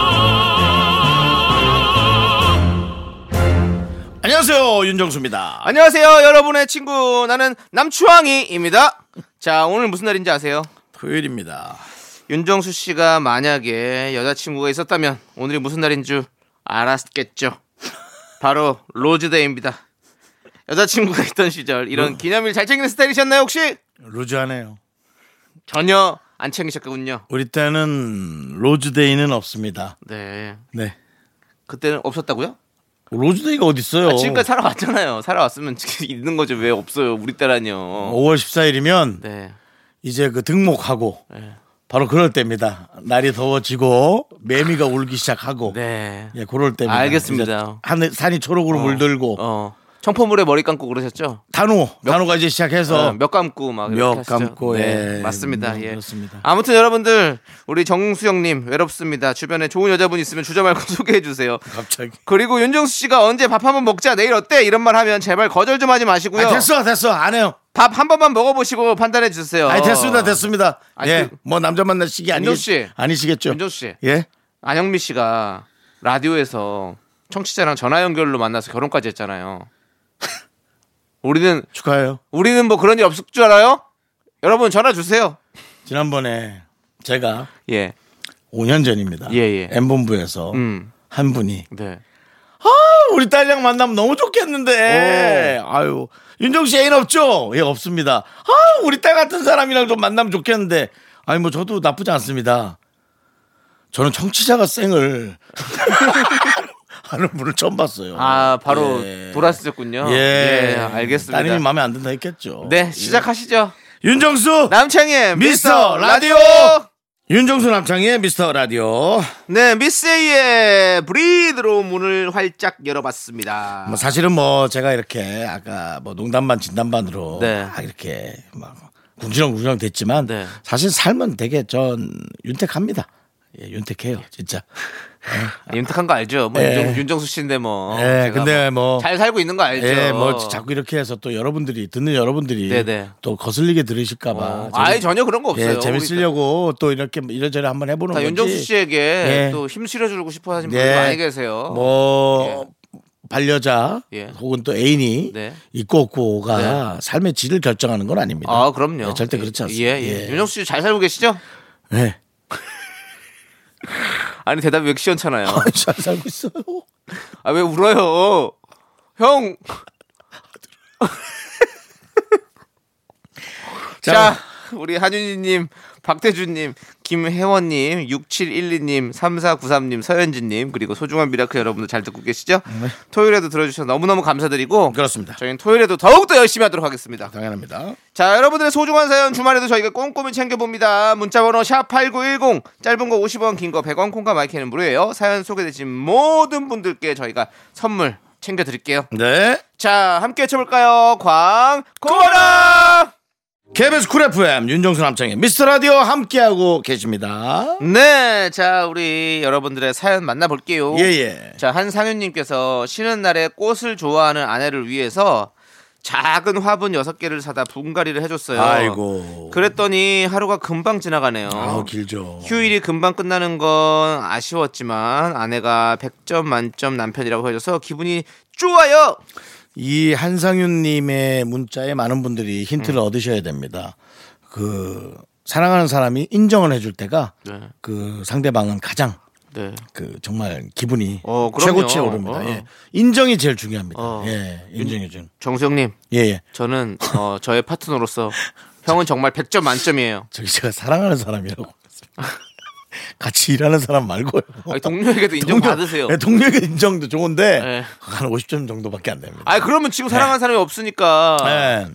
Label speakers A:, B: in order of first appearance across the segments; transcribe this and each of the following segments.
A: 안녕하세요 윤정수입니다.
B: 안녕하세요, 여러분의 친구. 나는 남추왕이입니다. 자, 오늘 무슨 날인지 아세요?
A: 토요일입니다.
B: 윤정수 씨가 만약에 여자친구가 있었다면 오늘이 무슨 날인 줄 알았겠죠. 바로 로즈데이입니다. 여자친구가 있던 시절 이런 기념일 잘 챙기는 스타일이셨나요, 혹시?
A: 루즈하네요.
B: 전혀 안 챙기셨군요.
A: 우리 때는 로즈데이는 없습니다.
B: 네.
A: 네.
B: 그때는 없었다고요?
A: 로즈데이가 어디 있어요?
B: 아, 지금까지 살아왔잖아요. 살아왔으면 지금 있는 거죠. 왜 없어요? 우리 딸아니요.
A: 5월 14일이면
B: 네.
A: 이제 그 등목하고 바로 그럴 때입니다. 날이 더워지고 매미가 울기 시작하고
B: 네.
A: 예, 그럴 때입니다.
B: 알겠습니다.
A: 이제 하늘 산이 초록으로 물들고
B: 어. 청포물에 머리 감고 그러셨죠?
A: 단호 단호가 이제
B: 어,
A: 시작해서
B: 몇 감고 막 이렇게
A: 몇
B: 하시죠.
A: 감고,
B: 네,
A: 예.
B: 맞습니다
A: 뭐
B: 예
A: 그렇습니다.
B: 아무튼 여러분들 우리 정수영님 외롭습니다 주변에 좋은 여자분 있으면 주저 말고 소개해 주세요
A: 갑자기
B: 그리고 윤정수 씨가 언제 밥 한번 먹자 내일 어때 이런 말 하면 제발 거절 좀 하지 마시고요
A: 아, 됐어 됐어 안 해요.
B: 밥 한 번만 먹어보시고 판단해 주세요
A: 아니 됐습니다 됐습니다.
B: 아니,
A: 예,
B: 그-
A: 뭐 남자 만날 시기 아니
B: 윤정 씨.
A: 아니시겠죠?
B: 윤정수 씨.
A: 예,
B: 안영미 씨가 라디오에서 청취자랑 전화 연결로 만나서 결혼까지 했잖아요 우리는
A: 축하해요.
B: 우리는 뭐 그런 일 없을 줄 알아요 여러분 전화 주세요
A: 지난번에 제가
B: 예
A: 5년 전입니다.
B: 예, 예.
A: M 본부에서
B: 음.
A: 한 분이 "아,
B: 네.
A: 우리 딸랑 만나면 너무 좋겠는데. 아유. 윤정 씨 애인 없죠? 예, 없습니다. 아, 우리 딸 같은 사람이랑 좀 만나면 좋겠는데. 아니 뭐 저도 나쁘지 않습니다. 저는 청취자가 쌩을 하는 분을 처음 봤어요.
B: 아 바로
A: 예.
B: 돌아서셨군요.
A: 예.
B: 예, 알겠습니다.
A: 따님이 마음에 안 든다 했겠죠.
B: 네 시작하시죠.
A: 예. 윤정수
B: 남창의
A: 미스터
B: 미스터
A: 라디오!
B: 라디오.
A: 윤정수 남창의 미스터 라디오.
B: 네 미스에이의 브리드로 문을 활짝 열어봤습니다.
A: 뭐 사실은 뭐 제가 이렇게 아까 뭐 농담반 진담반으로
B: 네.
A: 막 이렇게 막 궁시렁궁시렁 됐지만
B: 네.
A: 사실 삶은 되게 전 윤택합니다. 예, 윤택해요, 진짜.
B: 아, 윤택한 거 알죠? 뭐
A: 예.
B: 윤정, 윤정수 씨인데 뭐.
A: 예,
B: 제가
A: 근데 뭐,
B: 잘 살고 있는 거 알죠?
A: 예, 뭐 자꾸 이렇게 해서 또 여러분들이 듣는 여러분들이
B: 네네.
A: 또 거슬리게 들으실까봐.
B: 어,
A: 저는-
B: 아예 전혀 그런 거 없어요.
A: 예, 재밌으려고 또 이렇게 이런저런 한번 해보는
B: 우리 다
A: 거지.
B: 윤정수 씨에게
A: 예.
B: 또 힘 실어주고 싶어 하시는
A: 예.
B: 분들 많이 계세요.
A: 뭐 반려자
B: 예.
A: 혹은 또 애인이
B: 네.
A: 있고 없고가 삶의 질을 결정하는 건 아닙니다.
B: 아 그럼요.
A: 예, 절대 그렇지 않습니다.
B: 예, 예. 윤정수 씨 잘 살고 계시죠?
A: 예.
B: 아니 대답이 왜 시원찮아요?
A: 잘 살고 있어요.
B: 아 왜 울어요? 형. 자, 우리 한윤희님, 박태준님, 김혜원님, 6712님, 3493님, 서현진님 그리고 소중한 미라클 여러분들 잘 듣고 계시죠? 토요일에도 들어주셔서 너무너무 감사드리고
A: 그렇습니다.
B: 저희는 토요일에도 더욱더 열심히 하도록 하겠습니다.
A: 네. 당연합니다.
B: 자 여러분들의 소중한 사연 주말에도 저희가 꼼꼼히 챙겨봅니다 문자번호 샵8910 짧은 거 50원 긴 거 100원 콩과 마이키는 무료예요 사연 소개되신 모든 분들께 저희가 선물 챙겨드릴게요
A: 네.
B: 자 함께 쳐볼까요 광고라
A: KBS 쿨 FM 윤정수 남창의 미스터 라디오 함께하고 계십니다.
B: 네자 우리 여러분들의 사연 만나볼게요
A: 예예.
B: 자 한상윤님께서 쉬는 날에 꽃을 좋아하는 아내를 위해서 작은 화분 6개를 사다 분갈이를 해줬어요
A: 아이고.
B: 그랬더니 하루가 금방 지나가네요
A: 아우 길죠.
B: 휴일이 금방 끝나는 건 아쉬웠지만 아내가 100점 만점 남편이라고 해줘서 기분이 좋아요.
A: 이 한상윤님의 문자에 많은 분들이 힌트를
B: 음.
A: 얻으셔야 됩니다. 그 사랑하는 사람이 인정을 해줄 때가
B: 네.
A: 그 상대방은 가장
B: 네.
A: 그 정말 기분이
B: 어, 그럼요.
A: 최고치에 오릅니다.
B: 어.
A: 예. 인정이 제일 중요합니다.
B: 어.
A: 예, 인정해 준.
B: 정수영님,
A: 예, 예.
B: 저는 어, 저의 파트너로서 형은 정말 100점 만점이에요.
A: 저기 제가 사랑하는 사람이라고 같이 일하는 사람 말고요.
B: 아니, 동료에게도 인정 받으세요.
A: 예, 동료에게 인정도 좋은데
B: 네.
A: 한 50점 정도밖에 안 됩니다.
B: 아 그러면 지금 사랑하는 사람이 없으니까
A: 예.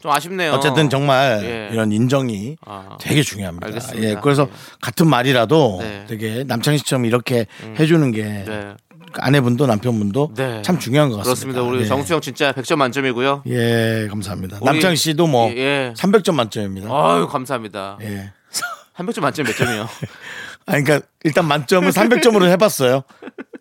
B: 좀 아쉽네요.
A: 네. 어쨌든 정말
B: 아.
A: 네.
B: 예.
A: 이런 인정이
B: 아.
A: 되게 중요합니다.
B: 알겠습니다.
A: 예, 그래서
B: 예.
A: 같은 말이라도
B: 네. 음.
A: 되게 남창희 씨처럼 이렇게 해주는 게
B: 네.
A: 아내분도 남편분도
B: 네.
A: 참 중요한 것 같습니다.
B: 그렇습니다. 우리
A: 네.
B: 정수영 진짜 100점 만점이고요.
A: 예, 감사합니다.
B: 우리-
A: 남창 씨도 뭐
B: 예, 어. 예.
A: 300점 만점입니다.
B: 아유 감사합니다.
A: 예.
B: 300점 만점 몇 점이요?
A: 아, 그러니까 일단 만점을 300점으로 해봤어요.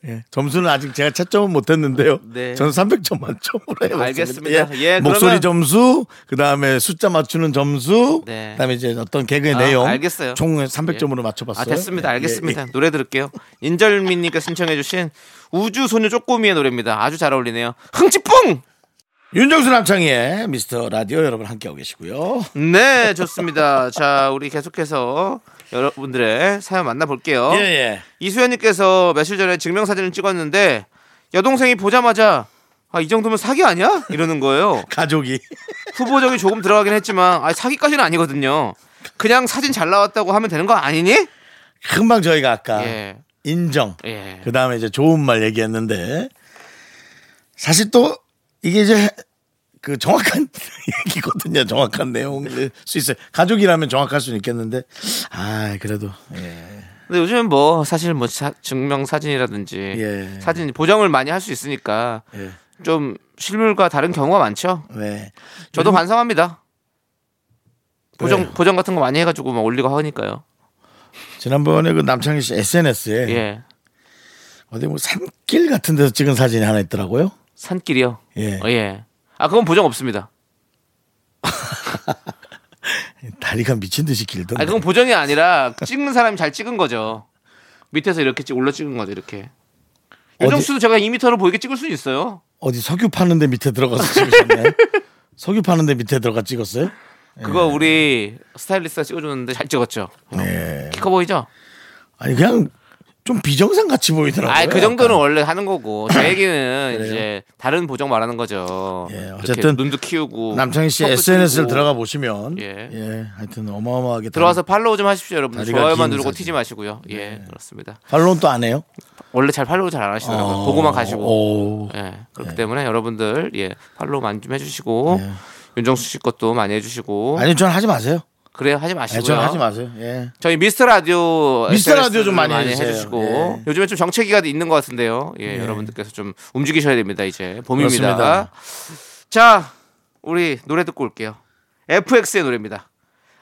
A: 예, 점수는 아직 제가 채점은 못했는데요.
B: 네.
A: 저는 300점 만점으로 해봤습니다.
B: 알겠습니다. 예,
A: 목소리
B: 그러면-
A: 점수, 그 다음에 숫자 맞추는 점수,
B: 네.
A: 그다음에 이제 어떤 개그의
B: 아,
A: 내용,
B: 알겠어요.
A: 총 300점으로 맞춰봤어요.
B: 아 됐습니다.
A: 예,
B: 알겠습니다.
A: 예, 예.
B: 노래 들을게요. 인절미님께 신청해주신 우주 소녀 쪼꼬미의 노래입니다. 아주 잘 어울리네요. 흥치뿡.
A: 윤정수 남창희의 미스터 라디오 여러분 함께하고 계시고요.
B: 네 좋습니다. 자 우리 계속해서 여러분들의 사연 만나볼게요.
A: 예, 예.
B: 이수연님께서 며칠 전에 증명사진을 찍었는데 여동생이 보자마자 아 이 정도면 사기 아니야? 이러는 거예요.
A: 가족이.
B: 후보적이 조금 들어가긴 했지만 아, 사기까지는 아니거든요. 그냥 사진 잘 나왔다고 하면 되는 거 아니니?
A: 금방 저희가 아까
B: 예.
A: 인정.
B: 예.
A: 그 다음에 이제 좋은 말 얘기했는데 사실 또 이게 이제 그 정확한 얘기거든요. 정확한 내용일 수 있어요. 가족이라면 정확할 수는 있겠는데 아 그래도 예.
B: 근데 요즘 뭐 사실 뭐 사- 증명 사진이라든지
A: 예.
B: 사진 보정을 많이 할 수 있으니까
A: 예.
B: 좀 실물과 다른 경우가 많죠.
A: 네.
B: 저도 반성합니다. 보정
A: 왜요?
B: 보정 같은 거 많이 해가지고 막 올리고 하니까요.
A: 지난번에 그 남창희 씨 SNS에
B: 예.
A: 어디 뭐 산길 같은 데서 찍은 사진이 하나 있더라고요.
B: 산길이요.
A: 예.
B: 어, 예. 아 그건 보정 없습니다.
A: 다리가 미친 듯이 길던데.
B: 아 그건 보정이 아니라 찍는 사람이 잘 찍은 거죠. 밑에서 이렇게 찍- 올라 찍은 거죠 이렇게.
A: 어디-
B: 요정수도 제가 2m로 보이게 찍을 수 있어요.
A: 어디 석유 파는데 밑에 들어가서 찍으셨나요? 석유 파는데 밑에 들어가 찍었어요? 예.
B: 그거 우리 스타일리스트가 찍어줬는데 잘 찍었죠.
A: 네.
B: 키 커 보이죠?
A: 아니 그냥 좀 비정상 같이 보이더라고요.
B: 아이 그
A: 약간.
B: 정도는 원래 하는 거고 제 얘기는 이제 다른 보정 말하는 거죠.
A: 예,
B: 이렇게
A: 어쨌든
B: 눈도 키우고
A: 남창희 씨
B: 턱도
A: SNS를
B: 키우고.
A: 들어가 보시면
B: 예.
A: 예. 하여튼 어마어마하게
B: 들어와서 팔로우 좀 하십시오, 여러분.
A: 다리가
B: 좋아요만
A: 긴
B: 누르고
A: 사진. 네.
B: 튀지 마시고요. 예, 그렇습니다.
A: 발론 또 안 해요.
B: 원래 잘 팔로우 잘 안 하시더라고요.
A: 어,
B: 보고만 가시고.
A: 오.
B: 예, 그렇기 때문에 여러분들 예 팔로우 많이 좀 해주시고 윤정수 씨 것도 많이 해주시고
A: 예. 아니 전 하지 마세요.
B: 그래요 하지
A: 예,
B: 마시고요.
A: 전 하지 마세요. 예.
B: 저희 미스터 라디오
A: 미스터
B: SNS
A: 라디오 좀 많이 해주세요.
B: 해주시고
A: 예.
B: 요즘에 좀 정체기가 있는 것 같은데요. 예, 여러분들께서 좀 움직이셔야 됩니다. 이제 봄입니다.
A: 그렇습니다.
B: 자, 우리 노래 듣고 올게요. FX의 노래입니다.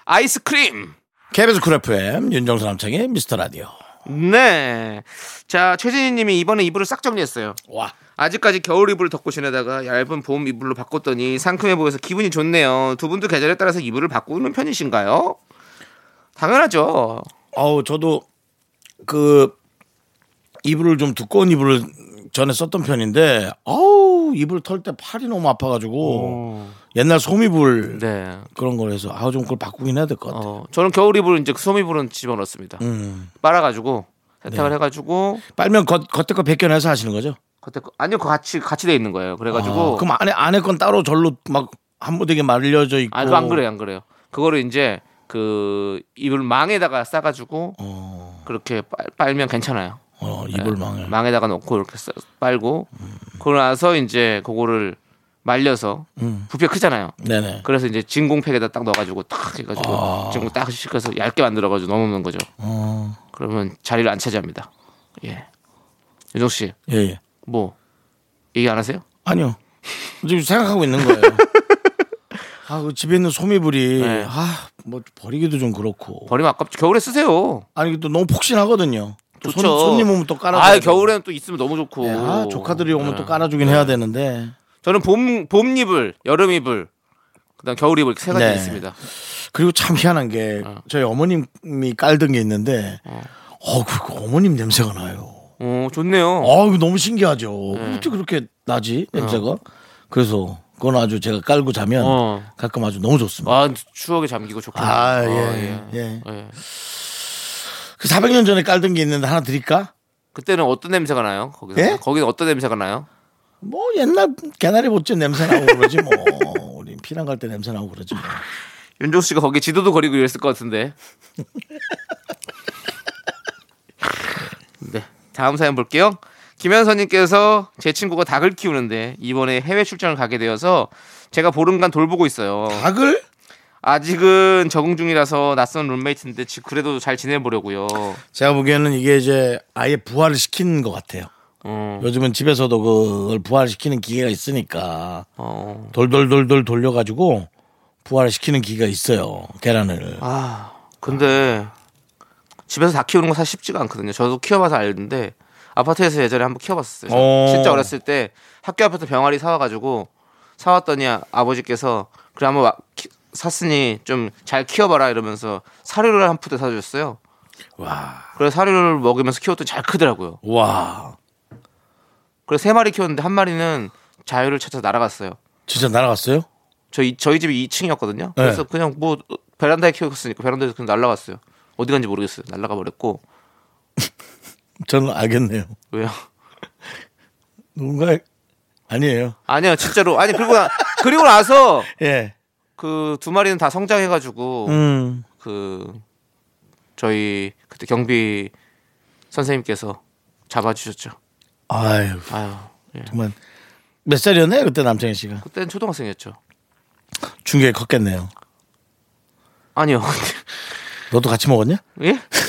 B: 아이스크림.
A: KBS 쿨 FM 윤정수 남창희 미스터 라디오.
B: 네. 자, 최진희님이 이번에 이불을 싹 정리했어요.
A: 와.
B: 아직까지 겨울 이불을 덮고 지내다가 얇은 봄 이불로 바꿨더니 상큼해 보여서 기분이 좋네요. 두 분도 계절에 따라서 이불을 바꾸는 편이신가요? 당연하죠.
A: 아우 저도 그 이불을 좀 두꺼운 이불을 전에 썼던 편인데 아우 이불 털 때 팔이 너무 아파가지고 옛날 솜이불
B: 네.
A: 그런 걸 해서 아우 좀 그걸 바꾸긴 해야 될 것 같아요.
B: 어, 저는 겨울 이불은 이제 소미 이불은 집어넣었습니다.
A: 음. 네.
B: 빨아가지고 세탁을 해가지고
A: 빨면 겉 겉에 거 벗겨내서 하시는 거죠?
B: 겉에 거- 아니요 그거 같이 같이 돼 있는 거예요.
A: 아,
B: 그래가지고
A: 그럼 안에 안에 건 따로 절로 막 한무대게 말려져 있고.
B: 아, 그거 안 그래요, 안 그래요. 그거를 이제 그 이불 망에다가 싸가지고
A: 어,
B: 그렇게 빨, 빨면 괜찮아요.
A: 어 이불 망을.
B: 망에다가 넣고 이렇게 싸, 빨고 그러고 나서 이제 그거를 말려서
A: 음.
B: 부피가 크잖아요.
A: 네네.
B: 그래서 이제 진공팩에다 딱 넣어가지고 딱 해가지고
A: 아.
B: 진공 딱 시켜서 얇게 만들어가지고 넣어놓는 거죠.
A: 어,
B: 그러면 자리를 안 차지합니다. 예, 유정 씨.
A: 예, 예.
B: 뭐 얘기 안 하세요?
A: 아니요. 지금 생각하고 있는 거예요. 아, 그 집에 있는 소미불이
B: 네.
A: 아, 뭐 버리기도 좀 그렇고.
B: 버리면 아깝죠. 겨울에 쓰세요.
A: 아니 이게 또 너무 폭신하거든요. 또 손,
B: 좋죠.
A: 손님 오면 또 깔아.
B: 아, 겨울에는 또 있으면 너무 좋고.
A: 네, 아, 조카들이 오면
B: 네.
A: 또 깔아주긴 해야 되는데.
B: 저는 봄, 봄 이불, 여름 이불, 그다음 겨울 이불 이렇게 세 가지
A: 네.
B: 있습니다.
A: 그리고 참 희한한 게 저희 어머님이 깔던 게 있는데,
B: 네. 어.
A: 어, 그 어머님 냄새가 나요.
B: 어, 좋네요.
A: 아, 이거 너무 신기하죠.
B: 네.
A: 어떻게 그렇게 나지 냄새가? 그래서 그건 아주 제가 깔고 자면
B: 어.
A: 가끔 아주 너무 좋습니다.
B: 아, 추억에 잠기고 좋겠네요.
A: 아, 예, 예. 그 400년 전에 깔던 게 있는데 하나 드릴까?
B: 그때는 어떤 냄새가 나요? 거기서
A: 예?
B: 거기는 어떤 냄새가 나요?
A: 뭐 옛날 개나리 못지 냄새 나고 그러지 뭐. 우리 피난 갈 때 냄새 나고 그러지 뭐.
B: 윤종 씨가 거기 지도도 거리고 이랬을 것 같은데. 네. 다음 사연 볼게요. 김현선님께서 제 친구가 닭을 키우는데 이번에 해외 출장을 가게 되어서 제가 보름간 돌보고 있어요.
A: 닭을?
B: 아직은 적응 중이라서 낯선 룸메이트인데 지- 그래도 잘 지내보려고요.
A: 제가 보기에는 이게 이제 아예 부활을 시킨 것 같아요.
B: 어.
A: 요즘은 집에서도 그걸 부활시키는 기계가 있으니까
B: 어.
A: 돌돌돌돌 돌려가지고 부활시키는 기계가 있어요. 계란을.
B: 아, 근데 집에서 다 키우는 거 사실 쉽지가 않거든요. 저도 키워봐서 알는데 아파트에서 예전에 한번 키워봤었어요. 저
A: 어.
B: 진짜 어렸을 때 학교 앞에서 병아리 사와가지고 사왔더니 아- 아버지께서 그래 한번 와- 키- 샀으니 좀 잘 키워봐라 이러면서 사료를 한 푸대 사주셨어요.
A: 와.
B: 그래서 사료를 먹이면서 키웠더니 잘 크더라고요.
A: 와.
B: 그래서 세 마리 키웠는데 한 마리는 자유를 찾아서 날아갔어요.
A: 진짜 날아갔어요?
B: 저희 저희 집이 2층이었거든요. 그래서
A: 네.
B: 그냥 뭐 베란다에 키웠으니까 베란다에서 그냥 날아갔어요. 어디 간지 모르겠어요. 날아가 버렸고
A: 저는 알겠네요.
B: 왜요?
A: 누군가 아니에요.
B: 아니요, 진짜로. 아니 그리고 나- 그리고 나서
A: 예.
B: 그 두 마리는 다 성장해가지고
A: 음.
B: 그 저희 그때 경비 선생님께서 잡아주셨죠.
A: 아유,
B: 아유, 예.
A: 정말 몇 살이었나요 그때 남창희 씨가?
B: 그때는 초등학생이었죠.
A: 중계 컸겠네요.
B: 아니요,
A: 너도 같이 먹었냐?
B: 예?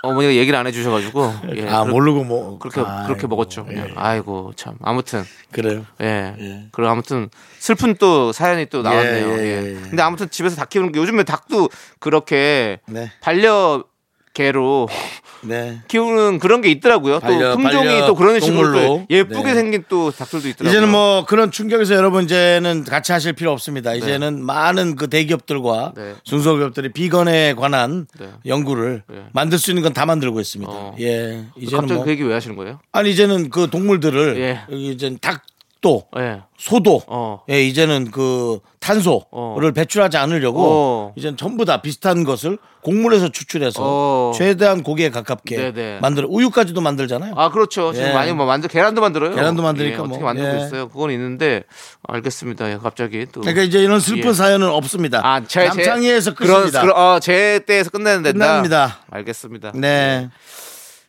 B: 어머니가 얘기를 안 해주셔가지고 예,
A: 아
B: 그렇-
A: 모르고 뭐
B: 그렇게 그렇게
A: 아이고,
B: 먹었죠. 그냥.
A: 예.
B: 아이고 참 아무튼
A: 그래요.
B: 예.
A: 예.
B: 그리고 아무튼 슬픈 또 사연이 또 나왔네요.
A: 예,
B: 예,
A: 예, 예, 예.
B: 근데 아무튼 집에서 닭 키우는 게 요즘에 닭도 그렇게
A: 네.
B: 반려개로
A: 네.
B: 키우는 그런 게 있더라고요.
A: 반려-
B: 또 품종이
A: 반려
B: 또 그런 식으로
A: 동물로.
B: 또 예쁘게
A: 네.
B: 생긴 또 닭들도 있더라고요.
A: 이제는 뭐 그런 충격에서 여러분 이제는 같이 하실 필요 없습니다. 이제는 많은 그 대기업들과
B: 네.
A: 중소기업들이 비건에 관한
B: 네.
A: 연구를
B: 네.
A: 만들 수 있는 건 다 만들고 있습니다.
B: 어.
A: 예. 이제는
B: 갑자기
A: 뭐
B: 그 얘기 왜 하시는 거예요?
A: 아니 이제는 그 동물들을
B: 예.
A: 여기 이제 닭도
B: 예.
A: 소도
B: 어.
A: 예, 이제는 그 탄소를
B: 어.
A: 배출하지 않으려고
B: 어.
A: 이제는 전부 다 비슷한 것을 곡물에서 추출해서
B: 어.
A: 최대한 고기에 가깝게
B: 네네.
A: 만들어 우유까지도 만들잖아요.
B: 아 그렇죠. 지금
A: 예.
B: 많이 뭐 만들 계란도 만들어요.
A: 계란도 만드니까
B: 예, 어떻게
A: 뭐,
B: 만들고
A: 예.
B: 있어요. 그건 있는데 알겠습니다. 예, 갑자기 또
A: 그러니까 이제 이런 슬픈
B: 예.
A: 사연은 없습니다.
B: 아, 제, 제-
A: 남창희에서
B: 그런-
A: 끝입니다.
B: 그런- 어, 제 때에서 끝내는 된다.
A: 끝납니다.
B: 알겠습니다.
A: 네,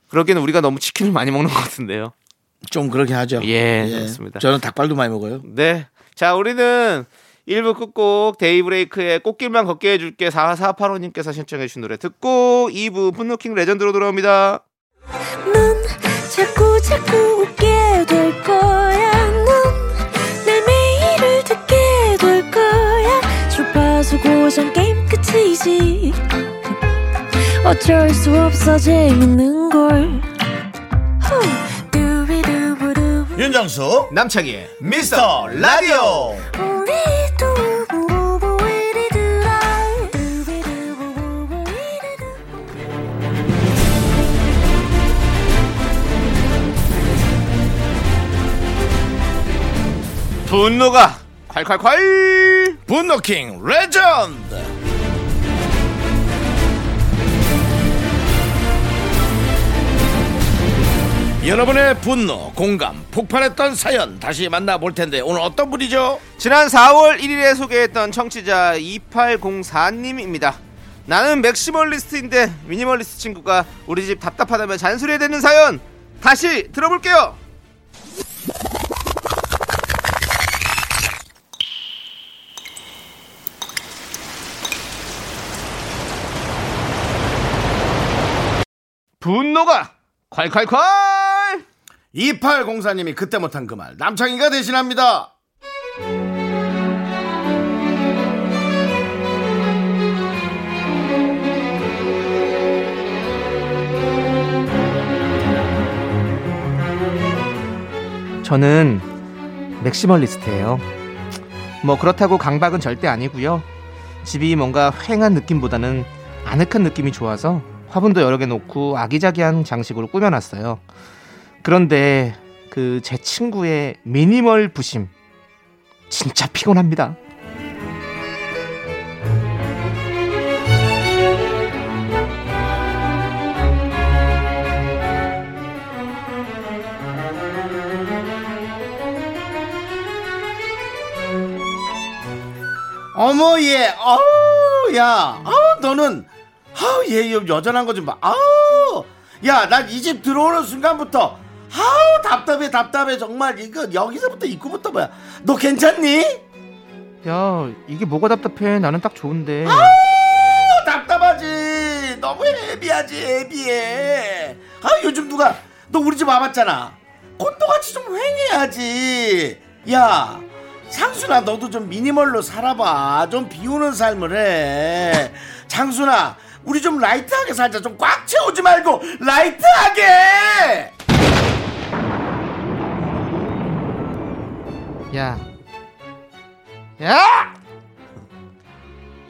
B: 그러기는 우리가 너무 치킨을 많이 먹는 것 같은데요.
A: 좀 그렇게 하죠.
B: 예, 그렇습니다.
A: 저는 닭발도 많이 먹어요.
B: 네. 자, 우리는 1부 끝곡 데이브레이크의 꽃길만 걷게 해줄게 4485님께서 신청해 주신 노래 듣고 2부 분노킹 레전드로 돌아옵니다.
C: 넌 자꾸 자꾸 웃게 될 거야. 넌내 매일을 듣게 될 거야. 주파수 고정 게임 끝이지. 어쩔 수 없어 재밌는 걸. 후. 두비두부두부.
A: 윤정수
B: 남창희의
A: 미스터 라디오.
C: 우리 두부부부 우리 두라. 두비두부부부 우리 두부.
B: 분노가 콸콸콸!
A: 분노킹 레전드. 여러분의 분노, 공감, 폭발했던 사연 다시 만나볼 텐데 오늘 어떤 분이죠?
B: 지난 4월 1일에 소개했던 청취자 2804님입니다. 나는 맥시멀리스트인데 미니멀리스트 친구가 우리 집 답답하다며 잔소리 해대는 사연 다시 들어볼게요. 분노가 콸콸콸!
A: 2804님이 그때 못한 그 말 남창희가 대신합니다.
B: 저는 맥시멀리스트예요. 뭐 그렇다고 강박은 절대 아니고요. 집이 뭔가 휑한 느낌보다는 아늑한 느낌이 좋아서 화분도 여러 개 놓고 아기자기한 장식으로 꾸며놨어요. 그런데 그 제 친구의 미니멀 부심 진짜 피곤합니다.
A: 어머 얘, 아우 야, 아우 너는 아우 얘 여- 여전한 거 좀 봐. 아우 야, 난 이 집 들어오는 순간부터 아우 답답해 답답해 정말 이거 여기서부터 입구부터 뭐야? 너 괜찮니?
B: 야 이게 뭐가 답답해? 나는 딱 좋은데.
A: 아, 아우 답답하지. 너무 애비하지 애비해. 아 요즘 누가 너 우리 집 와봤잖아. 콘도같이 좀 횡해야지. 야 상순아 너도 좀 미니멀로 살아봐. 좀 비우는 삶을 해. 장순아 우리 좀 라이트하게 살자. 좀 꽉 채우지 말고 라이트하게.
B: 야. 야!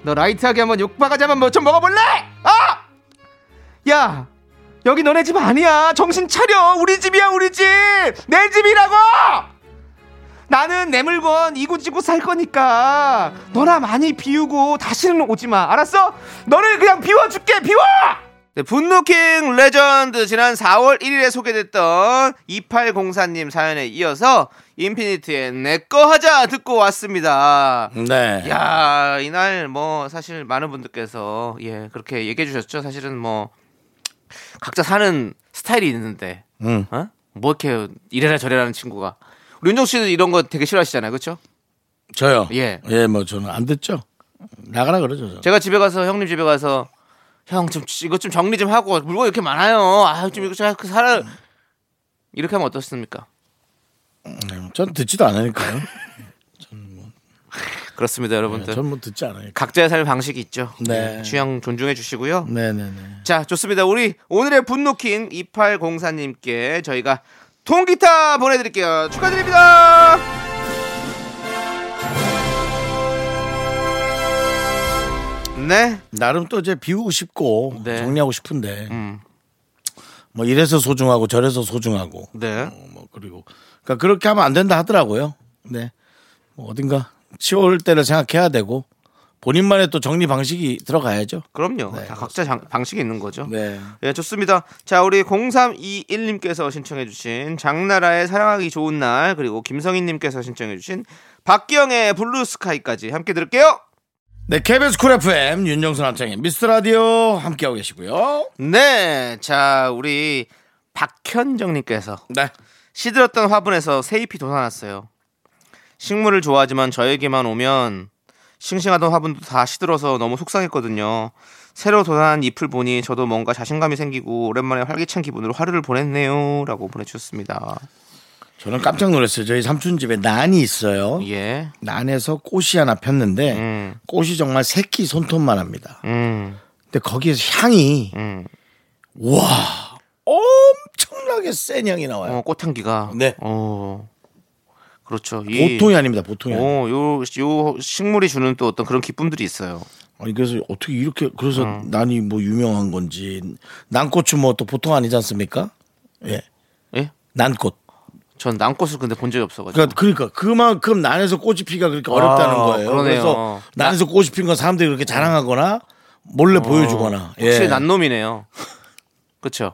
B: 너 라이트하게 한번 욕바가지 한번 뭐좀 먹어볼래? 아! 야! 여기 너네 집 아니야. 정신 차려. 우리 집이야, 우리 집. 내 집이라고! 나는 내 물건 이고지고 살 거니까 너나 많이 비우고 다시는 오지 마. 알았어? 너를 그냥 비워줄게. 비워! 네, 분노킹 레전드 지난 4월 1일에 소개됐던 2804님 사연에 이어서 인피니트의 내꺼 하자 듣고 왔습니다.
A: 네.
B: 야 이날 뭐 사실 많은 분들께서 예 그렇게 얘기해 주셨죠. 사실은 뭐 각자 사는 스타일이 있는데
A: 음.
B: 어? 뭐 이렇게 이래라 저래라는 친구가 우리 윤정 씨도 이런 거 되게 싫어하시잖아요, 그렇죠?
A: 저요.
B: 예.
A: 예, 뭐 저는 안 듣죠. 나가라 그러죠. 저.
B: 제가 집에 가서 형님 집에 가서 형 좀 이것 좀 정리 좀 하고 물건 이렇게 많아요. 아 좀 이거 좀 살아 이렇게 하면 어떻습니까?
A: 음, 전 듣지도 않으니까요.
B: 그렇습니다, 여러분들.
A: 전 뭐 듣지 않아요.
B: 네, 각자의 삶 방식이 있죠.
A: 네.
B: 취향 존중해 주시고요.
A: 네, 네, 네.
B: 자, 좋습니다. 우리 오늘의 분노킹 2804님께 저희가 통기타 보내드릴게요. 축하드립니다. 네.
A: 나름 또 이제 비우고 싶고
B: 네.
A: 정리하고 싶은데
B: 음,
A: 뭐 이래서 소중하고 저래서 소중하고
B: 네.
A: 어, 뭐 그리고 그러니까 그렇게 하면 안 된다 하더라고요. 네. 뭐 어딘가 치울 때를 생각해야 되고 본인만의 또 정리 방식이 들어가야죠.
B: 그럼요.
A: 네,
B: 다 각자 장- 방식이 있는 거죠.
A: 네.
B: 예, 좋습니다. 자, 우리 0321님께서 신청해주신 장나라의 사랑하기 좋은 날, 그리고 김성희님께서 신청해주신 박기영의 블루스카이까지 함께 들을게요.
A: 네, KBS 쿨 FM 윤정수 남창의 미스터 라디오 함께하고 계시고요.
B: 네, 자 우리 박현정님께서
A: 네.
B: 시들었던 화분에서 새잎이 돋아났어요. 식물을 좋아하지만 저에게만 오면 싱싱하던 화분도 다 시들어서 너무 속상했거든요. 새로 돋아난 잎을 보니 저도 뭔가 자신감이 생기고 오랜만에 활기찬 기분으로 하루를 보냈네요라고 보내주셨습니다.
A: 저는 깜짝 놀랐어요. 저희 삼촌 집에 난이 있어요.
B: 예,
A: 난에서 꽃이 하나 폈는데
B: 음,
A: 꽃이 정말 새끼 손톱만 합니다.
B: 음,
A: 근데 거기에서 향이
B: 음,
A: 와 엄청나게 센 향이 나와요.
B: 어, 꽃향기가
A: 네.
B: 어, 그렇죠. 이-
A: 보통이 아닙니다. 보통이. 아니에요.
B: 어, 요, 요 식물이 주는 또 어떤 그런 기쁨들이 있어요.
A: 아니 그래서 어떻게 이렇게 그래서 난이 뭐 유명한 건지 난꽃은 뭐 또 보통 아니지 않습니까? 예,
B: 예?
A: 난꽃.
B: 전 난꽃을 근데 본 적이 없어가지고.
A: 그러니까, 그러니까 그만큼 난에서 꽃이 피가 아, 그렇게 어렵다는 거예요.
B: 그러네요.
A: 그래서 난에서 꽃이 핀 건 사람들이 그렇게 자랑하거나 몰래 보여주거나. 예.
B: 어, 확실히 난놈이네요. 그렇죠.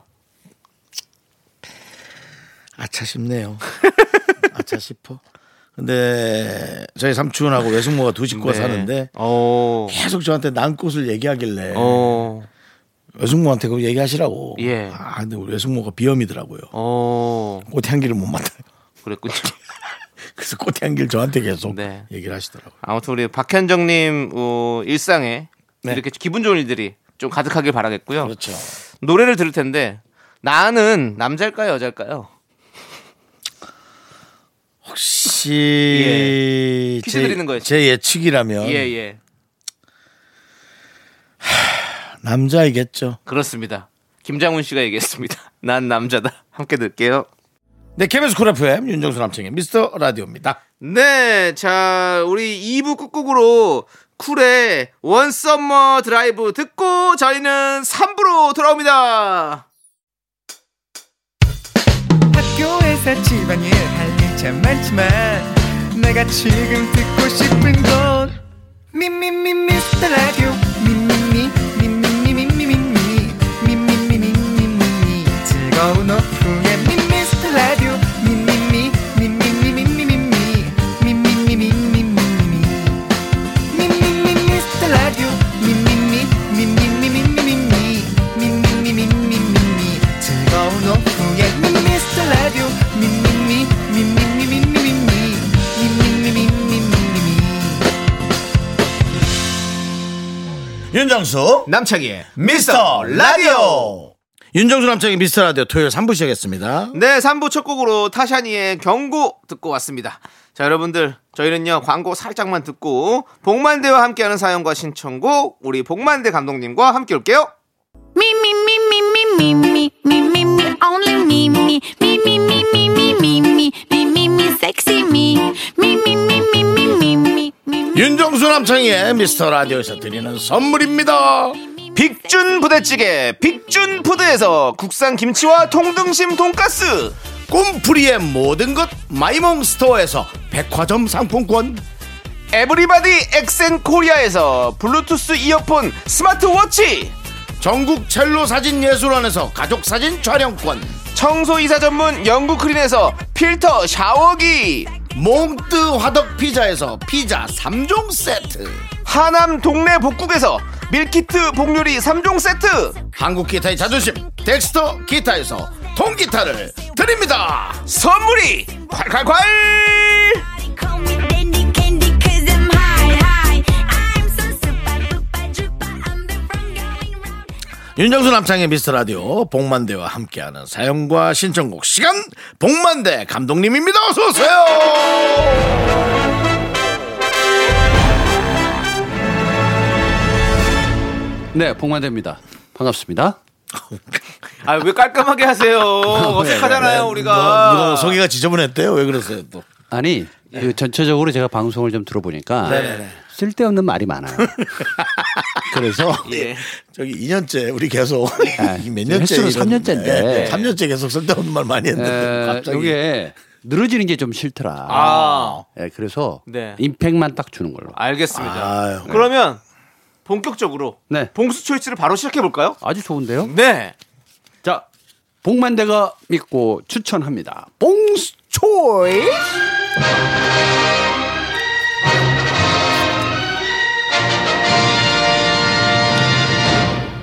A: 아차 싶네요. 아차 싶어. 근데 저희 삼촌하고 외숙모가 두 식구가 사는데
B: 예. 어.
A: 계속 저한테 난꽃을 얘기하길래
B: 어.
A: 외숙모한테 그거 얘기하시라고.
B: 예.
A: 아 근데 우리 외숙모가 비염이더라고요.
B: 어.
A: 꽃 향기를 못 맡아요.
B: 그랬군요.
A: 그래서 꽃 향기를 저한테 계속
B: 네.
A: 얘기를 하시더라고요.
B: 아무튼 우리 박현정님 어, 일상에
A: 네.
B: 이렇게 기분 좋은 일들이 좀 가득하길 바라겠고요.
A: 그렇죠.
B: 노래를 들을 텐데 나는 남자일까요, 여자일까요?
A: 혹시
B: 예. 퀴즈
A: 제,
B: 드리는 거예요,
A: 제 예측이라면
B: 예, 예.
A: 남자이겠죠.
B: 그렇습니다. 김장훈 씨가 얘기했습니다. 난 남자다. 함께 들게요.
A: 네, 케빈스 쿨 FM 윤정수 남창의 미스터 라디오입니다.
B: 네, 자, 우리 2부 끝곡으로 쿨의 원썸머 드라이브 듣고 저희는 3부로 돌아옵니다.
D: 학교에서 집안일 할 일 참 많지만 내가 지금 듣고 싶은 건 미미미 미스터 라디오 미미미 미미미 미미미 미미미 미미미 즐거운 오후에 미스터 라디오 미미미 미미미 미미미 미미미 미미미
A: 윤정수
B: 남창희의
A: 미스터 라디오 윤정수 남창의 미스터 라디오 토요일 3부 시작했습니다.
B: 네, 3부 첫 곡으로 타샤니의 경고 듣고 왔습니다. 자, 여러분들, 저희는요, 광고 살짝만 듣고, 복만대와 함께하는 사연과 신청곡, 우리 복만대 감독님과 함께 올게요.
C: Me me me me me me me me me me only me me me me me me me me me me me me sexy me me me me me me me me me me
A: 윤정수 남창의 미스터 라디오에서 드리는 선물입니다.
B: 빅준 부대찌개, 빅준 푸드에서 국산 김치와 통등심 돈가스,
A: 꿈풀이의 모든 것 마이몽 스토어에서 백화점 상품권
B: 에브리바디 엑센 코리아에서 블루투스 이어폰 스마트워치,
A: 전국 첼로 사진 예술원에서 가족 사진 촬영권
B: 청소이사 전문 영국 크린에서 필터 샤워기,
A: 몽뜨 화덕 피자에서 피자 3종 세트
B: 하남 동네 복국에서 밀키트 복요리 3종 세트,
A: 한국 기타의 자존심 덱스터 기타에서 통기타를 드립니다
B: 선물이 콸콸콸!
C: call me dandy candy 'cause I'm high high I'm so super duper duper I'm the one going round.
A: 윤정수 남창의 미스터라디오 복만대와 함께하는 사연과 신청곡 시간 복만대 감독님입니다 어서오세요
E: 네, 복만대입니다. 반갑습니다.
B: 아 왜 깔끔하게 하세요?
A: 아, 네,
B: 어색하잖아요 우리가.
A: 너, 너 뭐, 소개가 지저분했대요 왜 그러세요 또
E: 아니, 그 전체적으로 제가 방송을 좀 들어보니까 쓸데없는 말이 많아요. 그래서
B: 예.
A: 저기 2년째 우리 계속
E: 아,
A: 몇 년째 네,
E: 횟수는 삼 년째인데. 네.
A: 3년째 계속 쓸데없는 말 많이 했는데
E: 에,
A: 갑자기
E: 이게 늘어지는 게 좀 싫더라.
B: 아
E: 예, 그래서
B: 네.
E: 임팩만 딱 주는 걸로.
B: 알겠습니다.
A: 아유.
B: 그러면 본격적으로
E: 네.
B: 봉수 초이스를 바로 시작해 볼까요?
E: 아주 좋은데요?
B: 네.
E: 자, 복만대가 믿고 추천합니다. 봉스 초이.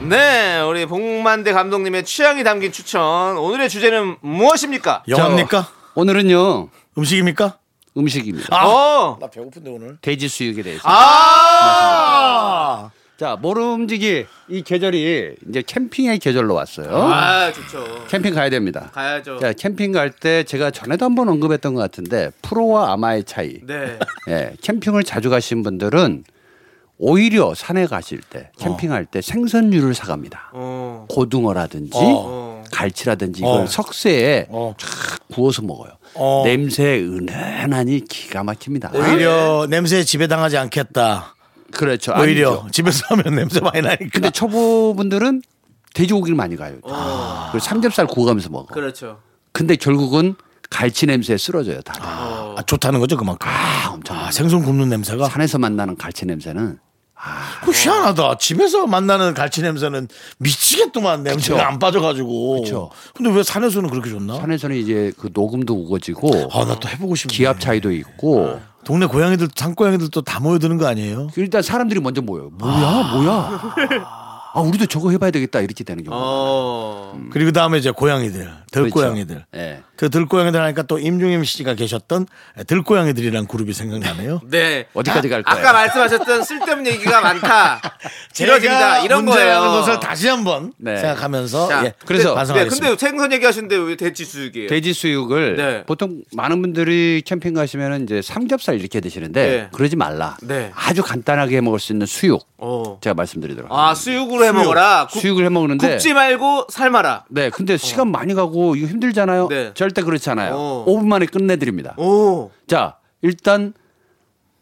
B: 네, 우리 복만대 감독님의 취향이 담긴 추천. 오늘의 주제는 무엇입니까?
A: 영화입니까?
E: 오늘은요.
A: 음식입니까?
E: 음식입니다.
A: 아,
B: 어.
A: 나 배고픈데 오늘.
E: 돼지 수육에
A: 아.
E: 대해서.
B: 아.
E: 자, 모름지기 이 계절이 이제 캠핑의 계절로 왔어요.
B: 아, 좋죠.
E: 캠핑 가야 됩니다.
B: 가야죠.
E: 자, 예, 캠핑 갈 때 제가 전에도 한번 언급했던 것 같은데 프로와 아마의 차이.
B: 네.
E: 예, 캠핑을 자주 가신 분들은 오히려 산에 가실 때 캠핑할 때 생선류를 사갑니다.
B: 어.
E: 고등어라든지
A: 어.
E: 갈치라든지
A: 어.
E: 이걸 석쇠에
A: 어.
E: 구워서 먹어요.
A: 어.
E: 냄새 은은하니 기가 막힙니다.
A: 오히려 냄새에 지배당하지 않겠다.
E: 그렇죠.
A: 오히려
E: 예. 아니죠.
A: 집에서 하면 냄새 많이 나니까.
E: 근데 초보분들은 돼지고기를 많이 가요.
A: 어.
E: 그리고 삼겹살 구워가면서 먹어.
B: 그렇죠.
E: 근데 결국은 갈치 냄새에 쓰러져요. 다.
A: 아, 좋다는 거죠 그만큼. 아, 생선 굽는 냄새가.
E: 아. 산에서 만나는 갈치 냄새는
A: 그 희한하다. 집에서 만나는 갈치 냄새는 미치겠더만 냄새가 안 빠져가지고.
E: 그쵸.
A: 근데 왜 산에서는 그렇게 좋나?
E: 산에서는 이제 그 녹음도 우거지고
A: 아, 나 또 해보고 싶네.
E: 기압 차이도 있고
B: 아.
A: 동네 고양이들, 산고양이들도 다 모여드는 거 아니에요?
E: 일단 사람들이 먼저 모여요. 뭐야, 뭐야. 아, 우리도 저거 해봐야 되겠다 이렇게 되는 경우.
B: 어.
A: 그리고 다음에 이제 고양이들, 들고양이들.
E: 예.
A: 그 들고양이들 하니까 또 임종임 씨가 계셨던 들고양이들이라는 그룹이 생각나네요.
B: 네.
A: 음,
E: 어디까지 갈 거예요?
B: 아까 말씀하셨던 쓸데없는 얘기가 많다. 길어진다. 이런
A: 문제라는
B: 거예요.
A: 것을 다시 한번
E: 네.
A: 생각하면서
B: 자,
A: 예,
E: 그래서
B: 네,
A: 반성하겠습니다.
B: 근데 생선 얘기하시는데 왜 돼지 수육이에요?
E: 돼지 수육을
B: 네.
E: 보통 많은 분들이 캠핑 가시면 이제 삼겹살 이렇게 드시는데
B: 네.
E: 그러지 말라.
B: 네.
E: 아주 간단하게 해 먹을 수 있는 수육
B: 어.
E: 제가 말씀드리도록. 요
B: 아 수육으로 해 먹어라. 국-
E: 수육을 해 먹는데
B: 굽지 말고 삶아라.
E: 네, 근데 시간 많이 가고 이거 힘들잖아요.
B: 네.
E: 절대 그렇지 않아요.
B: 어.
E: 5분 만에 끝내드립니다.
B: 오.
E: 자, 일단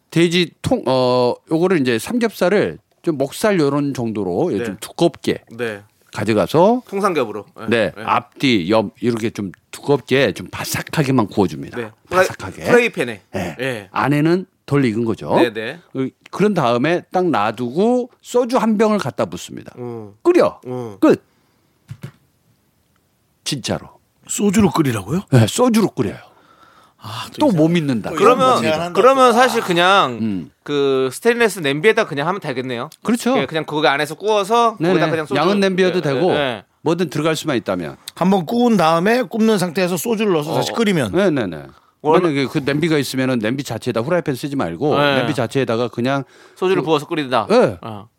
E: 돼지 통, 어, 요거를 이제 삼겹살을 좀 목살 요런 정도로
B: 네.
E: 좀 두껍게
B: 네.
E: 가져가서
B: 통삼겹으로. 예.
E: 네, 앞뒤, 옆 이렇게 좀 두껍게 좀 바삭하게만 구워줍니다.
B: 네.
E: 바삭하게.
B: 프라이팬에.
E: 네.
B: 네.
E: 안에는 덜 익은 거죠.
B: 네, 네.
E: 어, 그런 다음에 딱 놔두고 소주 한 병을 갖다 붓습니다.
B: 음.
E: 끓여.
B: 음.
E: 끝. 진짜로.
A: 소주로 끓이라고요?
E: 네, 소주로 끓여요.
B: 아,
E: 또 못 믿는다.
B: 어, 그러면 그러면 사실 그냥
E: 음.
B: 그 스테인레스 냄비에다 그냥 하면 되겠네요.
E: 그렇죠.
B: 예, 그냥 그거 안에서 구워서
E: 네네.
B: 거기다 그냥 소주-
E: 양은 냄비여도
B: 예,
E: 되고
B: 예, 예.
E: 뭐든 들어갈 수만 있다면.
A: 한번 구운 다음에 굽는 상태에서 소주를 넣어서 다시 끓이면
E: 네네네.
B: 원래-
E: 만약에 그 냄비가 있으면은 냄비 자체에다 후라이팬 쓰지 말고
B: 네.
E: 냄비 자체에다가 그냥
B: 소주를 부어서 끓이다.
E: 예.
B: 어.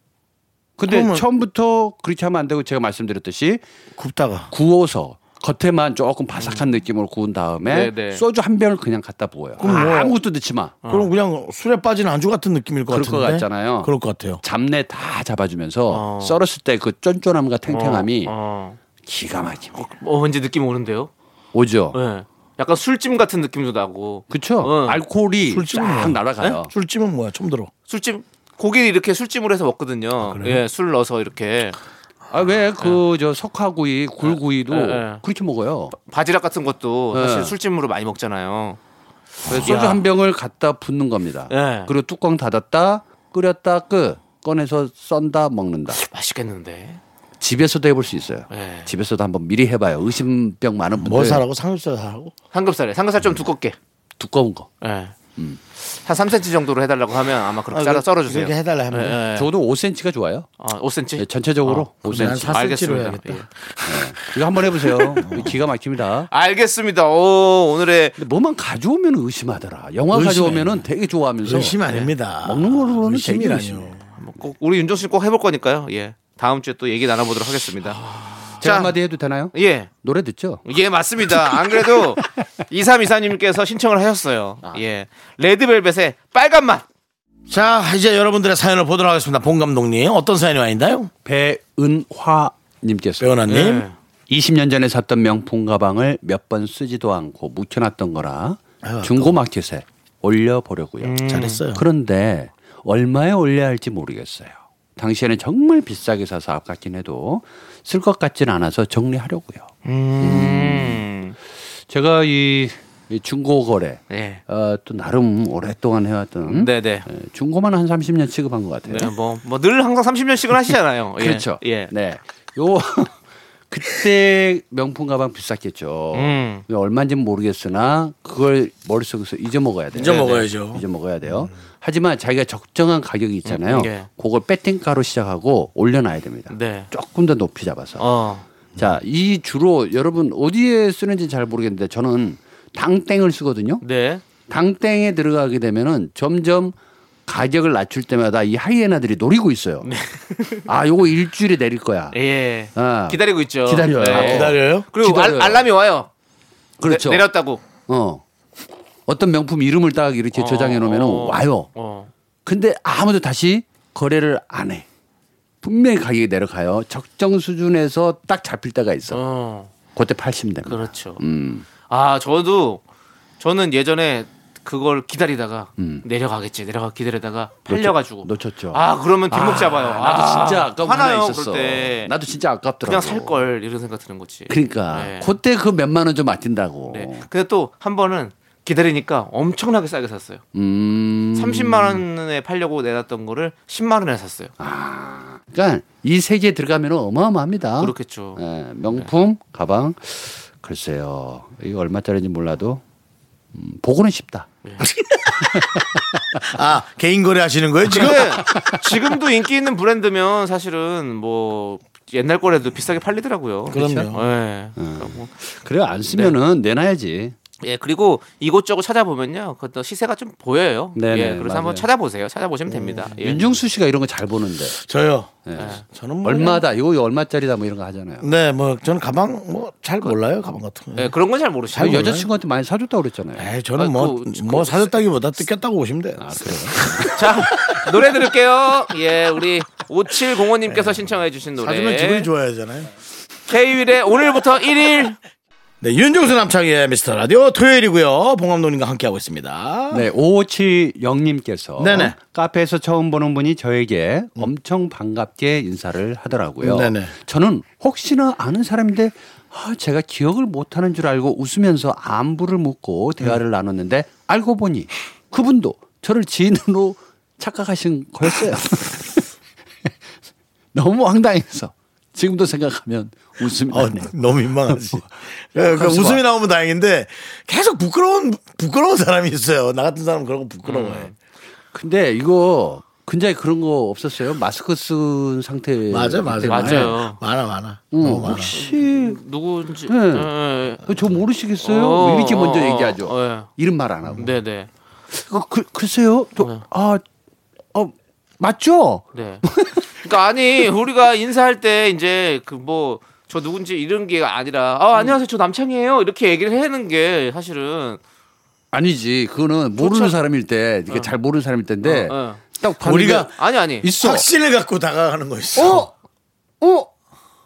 E: 근데
A: 그러면-
E: 처음부터 그렇게 하면 안 되고 제가 말씀드렸듯이
A: 굽다가
E: 구워서 겉에만 조금 바삭한 느낌으로 구운 다음에
B: 네, 네.
E: 소주 한 병을 그냥 갖다 부어요.
A: 그럼 뭐예요?
E: 아무것도 넣지 마.
B: 어.
A: 그럼 그냥 술에 빠진 안주 같은 느낌일 것
E: 그럴
A: 같은데.
E: 것 같잖아요.
A: 그럴 것 같아요.
E: 잡내 다 잡아주면서
B: 어.
E: 썰었을 때 그 쫀쫀함과 탱탱함이
B: 어,
E: 기가 막힙니다.
B: 어, 왠지 느낌 오는데요.
E: 오죠.
B: 네. 약간 술찜 같은 느낌도 나고.
E: 그쵸?
B: 어. 네?
E: 알코올이
A: 술집은
E: 쫙
A: 뭐야?
E: 날아가요.
A: 네? 술집은 뭐야? 처음 들어.
B: 술찜 고기를 이렇게 술찜으로 해서 먹거든요. 예, 술 넣어서 이렇게
E: 아, 왜 그 저 석화구이, 굴구이도
B: 네, 네.
E: 그렇게 먹어요.
B: 바지락 같은 것도
E: 네.
B: 사실 술찜으로 많이 먹잖아요.
E: 그래서 소주
B: 야.
E: 한 병을 갖다 붓는 겁니다.
B: 네.
E: 그리고 뚜껑 닫았다, 끓였다, 끄. 꺼내서 썬다, 먹는다.
B: 맛있겠는데.
E: 집에서도 해볼 수 있어요.
B: 네.
E: 집에서도 한번 미리 해봐요. 의심병 많은 네. 분들.
A: 뭐 사라고 삼겹살 사라고?
B: 삼겹살에 삼겹살 좀 두껍게.
E: 두꺼운 거.
B: 예.
E: 음.
B: 한 3cm 정도로 해달라고 하면 아마 그렇게 썰어 썰어 주세요. 네,
A: 이렇게 해달라 하면. 돼.
E: 저도 5cm가 좋아요.
B: 아, 5cm.
E: 네, 전체적으로
A: 난
E: 5cm.
A: 4cm로
B: 어, 알겠습니다.
A: 해야겠다.
B: 예.
E: 이거 한번 해보세요. 기가 막힙니다.
B: 알겠습니다. 오, 오늘의
E: 근데 뭐만 가져오면 의심하더라. 영화
A: 의심해.
E: 가져오면은 되게 좋아하면서
B: 네.
A: 의심 아닙니다.
E: 먹는 걸로는 되게
A: 의심이라뇨.
B: 꼭 우리 윤종 씨꼭 해볼 거니까요. 예. 다음 주에 또 얘기 나눠보도록 하겠습니다.
E: 아, 제가
B: 자.
E: 한마디 해도 되나요?
B: 예.
E: 노래 듣죠.
B: 예, 맞습니다. 안 그래도 2324님께서 신청을 하셨어요.
E: 아.
B: 예. 레드벨벳의 빨간 맛.
A: 자 이제 여러분들의 사연을 보도록 하겠습니다. 봉 감독님 어떤 사연이 와 있나요?
E: 배은화님께서
A: 배원아님.
E: 20년 전에 샀던 명품 가방을 몇 번 쓰지도 않고 묵혀놨던 거라 중고 마켓에 올려 보려고요.
A: 음. 잘했어요.
E: 그런데 얼마에 올려야 할지 모르겠어요. 당시에는 정말 비싸게 사서 아깝긴 해도 쓸 것 같진 않아서 정리하려고요.
B: 음.
E: 제가 이, 이 중고 거래
B: 예.
E: 어, 또 나름 오랫동안 해왔던
B: 네네.
E: 예, 중고만 한 30년 취급한 것 같아요.
B: 네, 뭐, 뭐 늘 항상 30년씩은 하시잖아요. 예.
E: 그렇죠.
B: 예.
E: 네. 요 그때 명품 가방 비쌌겠죠.
B: 음.
E: 얼마인지는 모르겠으나 그걸 머릿속에서 잊어먹어야 돼요. 네,
A: 잊어먹어야죠.
E: 잊어먹어야 돼요. 하지만 자기가 적정한 가격이 있잖아요.
B: 음, 예.
E: 그걸 배팅가로 시작하고 올려놔야 됩니다.
B: 네.
E: 조금 더 높이 잡아서.
B: 어.
E: 자, 이 주로 여러분 어디에 쓰는지 잘 모르겠는데 저는 당땡을 쓰거든요.
B: 네.
E: 당땡에 들어가게 되면은 점점 가격을 낮출 때마다 이 하이에나들이 노리고 있어요.
B: 네.
E: 아, 요거 일주일에 내릴 거야.
B: 예.
E: 아,
B: 기다리고 있죠.
E: 기다려요.
B: 네.
E: 아,
A: 기다려요?
B: 그리고 알,
E: 기다려요.
B: 알람이 와요.
E: 그렇죠.
B: 네, 내, 내렸다고.
E: 어. 어떤 명품 이름을 딱 이렇게 저장해 놓으면
B: 어.
E: 와요.
B: 어.
E: 근데 아무도 다시 거래를 안 해. 분명히 가격이 내려가요. 적정 수준에서 딱 잡힐 때가 있어.
B: 어.
E: 그때 80대입니다.
B: 그렇죠.
E: 음.
B: 아 저도 저는 예전에 그걸 기다리다가 내려가겠지 내려가 기다리다가 팔려가지고
E: 음. 놓쳤죠.
B: 아 그러면 뒷목 잡아요.
E: 나도 진짜 아까운
B: 화나요
E: 하나 있었어.
B: 그럴 때.
E: 나도 진짜 아깝더라고.
B: 그냥 살 걸 이런 생각 드는 거지.
E: 그러니까
B: 네.
E: 그때 그 몇만 원 좀 아낀다고.
B: 네. 근데 또 한 번은 기다리니까 엄청나게 싸게 샀어요.
E: 음.
B: 30만 원에 팔려고 내놨던 거를 10만 원에 샀어요.
E: 아? 그러니까 이 세계에 들어가면 어마어마합니다.
B: 그렇겠죠. 네.
E: 예, 명품 가방 글쎄요 이거 얼마짜리인지 몰라도 음, 보고는 싶다.
A: 아 개인 거래 하시는 거예요 지금?
B: 근데 지금도 인기 있는 브랜드면 사실은 뭐 옛날 거라도 비싸게 팔리더라고요.
A: 그럼요.
B: 예.
E: 음.
B: 그러고
E: 그래 안 쓰면은
B: 네.
E: 내놔야지.
B: 예 그리고 이곳저곳 찾아보면요 그것도 시세가 좀 보여요.
E: 네네,
B: 예 그래서 한번
E: 맞아요. 음.
B: 찾아보세요. 찾아보시면 됩니다. 예.
E: 윤종수 씨가 이런 거 잘 보는데
A: 저요.
E: 예.
A: 저는 뭐
E: 얼마다 이거 얼마짜리다 뭐 이런 거 하잖아요.
B: 음,
A: 네, 뭐 저는 가방 뭐 잘 몰라요 가방 같은 거.
B: 예 그런 건 잘 모르시죠.
E: 자기 여자친구한테 많이 사줬다 고 그랬잖아요.
A: 에이, 저는 뭐 뭐
B: 그, 그,
A: 사줬다기보다 뜯겼다고 보시면 돼요.
B: 자 노래 들을게요. 예 우리
E: 네.
B: 5705님께서 신청해주신 노래.
A: 사주면 기분이 좋아야잖아요.
B: K-윌의 오늘부터 1일
A: 네, 윤종수 남창의 미스터 라디오 토요일이고요. 봉감독님과 함께하고 있습니다.
E: 네, 5570님께서
A: 네네. 음.
E: 카페에서 처음 보는 분이 저에게 엄청 반갑게 인사를 하더라고요.
A: 네네.
E: 저는 혹시나 아는 사람인데 아, 제가 기억을 못하는 줄 알고 웃으면서 안부를 묻고 대화를
A: 음.
E: 나눴는데 알고 보니 그분도 저를 지인으로 착각하신 거였어요. 너무 황당해서 지금도 생각하면 웃음이
A: 어,
E: 나네요.
A: 너무 민망하지. 그러니까
E: 가만있어
A: 웃음이
E: 봐.
A: 나오면 다행인데 계속 부끄러운 부끄러운 사람이 있어요. 나 같은 사람은 그러고 부끄러워해.
E: 근데 이거 굉장히 그런 거 없었어요. 마스크 쓴 상태
A: 맞아, 맞아,
B: 맞아요.
A: 많아, 많아.
E: 응,
A: 너무 많아.
E: 혹시
B: 누구인지.
E: 네.
B: 예, 예.
E: 어, 저 모르시겠어요?
B: 어,
E: 뭐 이렇게 먼저
B: 어, 어,
E: 얘기하죠.
B: 어,
E: 이름 말 안 하고.
B: 예. 네네.
E: 그, 그, 글쎄요. 저,
B: 네.
E: 아, 어, 맞죠?
B: 네. 그러니까 아니 우리가 인사할 때 이제 그 뭐 저 누군지 이런 게 아니라 아 안녕하세요 저 남창이에요 이렇게 얘기를 하는 게 사실은
E: 아니지. 그거는 모르는 사람일 때, 이게 잘 모르는 사람일 때인데,
B: 어, 어.
E: 딱 봤는데
A: 우리가
B: 아니 아니
E: 있어.
A: 확신을 갖고 다가가는 거 있어.
E: 어? 어?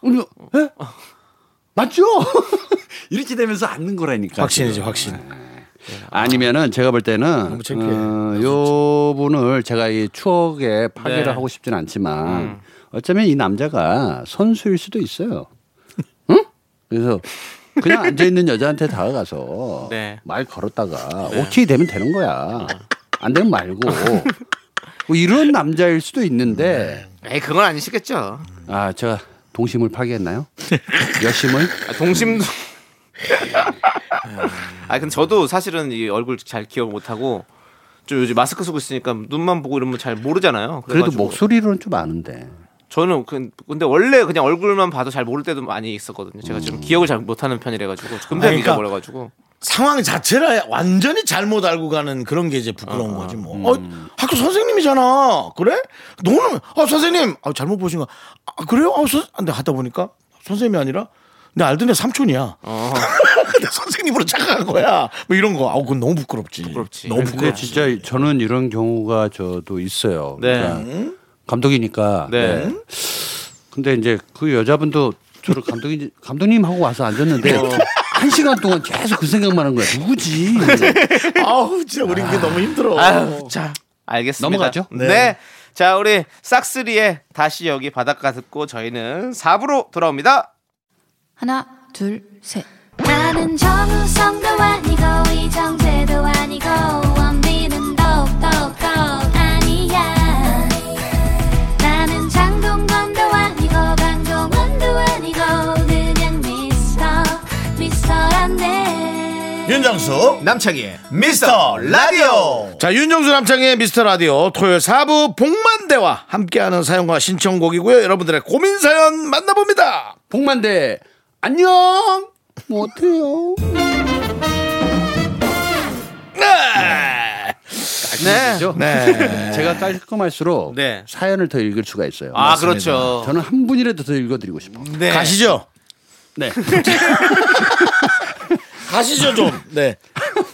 E: 우리, 에? 맞죠? 이렇게 되면서 앉는 거라니까.
A: 확신이지 확신.
E: 아니면은 제가 볼 때는
A: 창피해.
E: 어, 요 분을 제가 이 추억에 파괴를
B: 네.
E: 하고 싶진 않지만 어쩌면 이 남자가 선수일 수도 있어요. 응? 그래서 그냥 앉아 있는 여자한테 다가가서
B: 네.
E: 말 걸었다가 오케이 되면 되는 거야. 안 되면 말고 뭐 이런 남자일 수도 있는데
B: 에이 그건 아니시겠죠
E: 아 제가 동심을 파괴했나요? 여심을?
B: 아, 동심도 아 근데 저도 사실은 이 얼굴 잘 기억 못하고 좀 요즘 마스크 쓰고 있으니까 눈만 보고 이러면 잘 모르잖아요
E: 그래도
B: 그래가지고
E: 목소리로는 좀 아는데.
B: 저는 그- 근데 원래 그냥 얼굴만 봐도 잘 모를 때도 많이 있었거든요 제가 좀 기억을 잘 못하는 편이라 가지고 금방
A: 아니, 그러니까
B: 잊어버려가지고
A: 상황 자체를 완전히 잘못 알고 가는 그런 게 이제 부끄러운 거지 뭐. 어, 학교 선생님이잖아. 그래? 너는 아 선생님 아, 잘못 보신 거. 아, 그래요? 아, 선, 근데 하다 보니까 선생님이 아니라 내 알던 애 삼촌이야. 근데 선생님으로 착각한 거야. 뭐 이런 거. 아, 그건 너무 부끄럽지.
B: 부끄럽지.
A: 너무
E: 어, 근데
A: 부끄럽지.
E: 진짜 저는 이런 경우가 저도 있어요.
B: 네.
E: 그러니까 감독이니까.
B: 네.
E: 근데 이제 그 여자분도 저를 감독이 감독님하고 와서 앉았는데
B: 어.
E: 한 시간 동안 계속 그 생각만 한 거야. 누구지?
A: 아우, 진짜 우리 그게 너무 힘들어.
B: 아유, 자, 뭐 알겠습니다.
E: 넘어가죠.
B: 네. 자, 우리 싹스리의 다시 여기 바닷가 듣고 저희는 4부로 돌아옵니다.
F: 하나, 둘, 셋.
C: 나는 정우성도 아니고 이정재도 아니고 원빈은 더욱더 아니야 나는 장동건도 아니고 강동원도 아니고 그냥 미스터 미스터란데
A: 윤정수 남창희의 미스터 라디오 자 윤정수 남창희의 미스터 라디오 토요일 4부 복만대와 함께하는 사연과 신청곡이고요 여러분들의 고민 사연 만나봅니다
E: 복만대 안녕. 뭐 못해요.
A: 네.
B: 네.
A: 네.
E: 제가 깔끔할수록
B: 네.
E: 사연을 더 읽을 수가 있어요.
B: 아, 그렇죠.
E: 저는 한 분이라도 더 읽어드리고 싶어.
B: 네.
A: 가시죠
E: 네.
A: 가시죠 좀네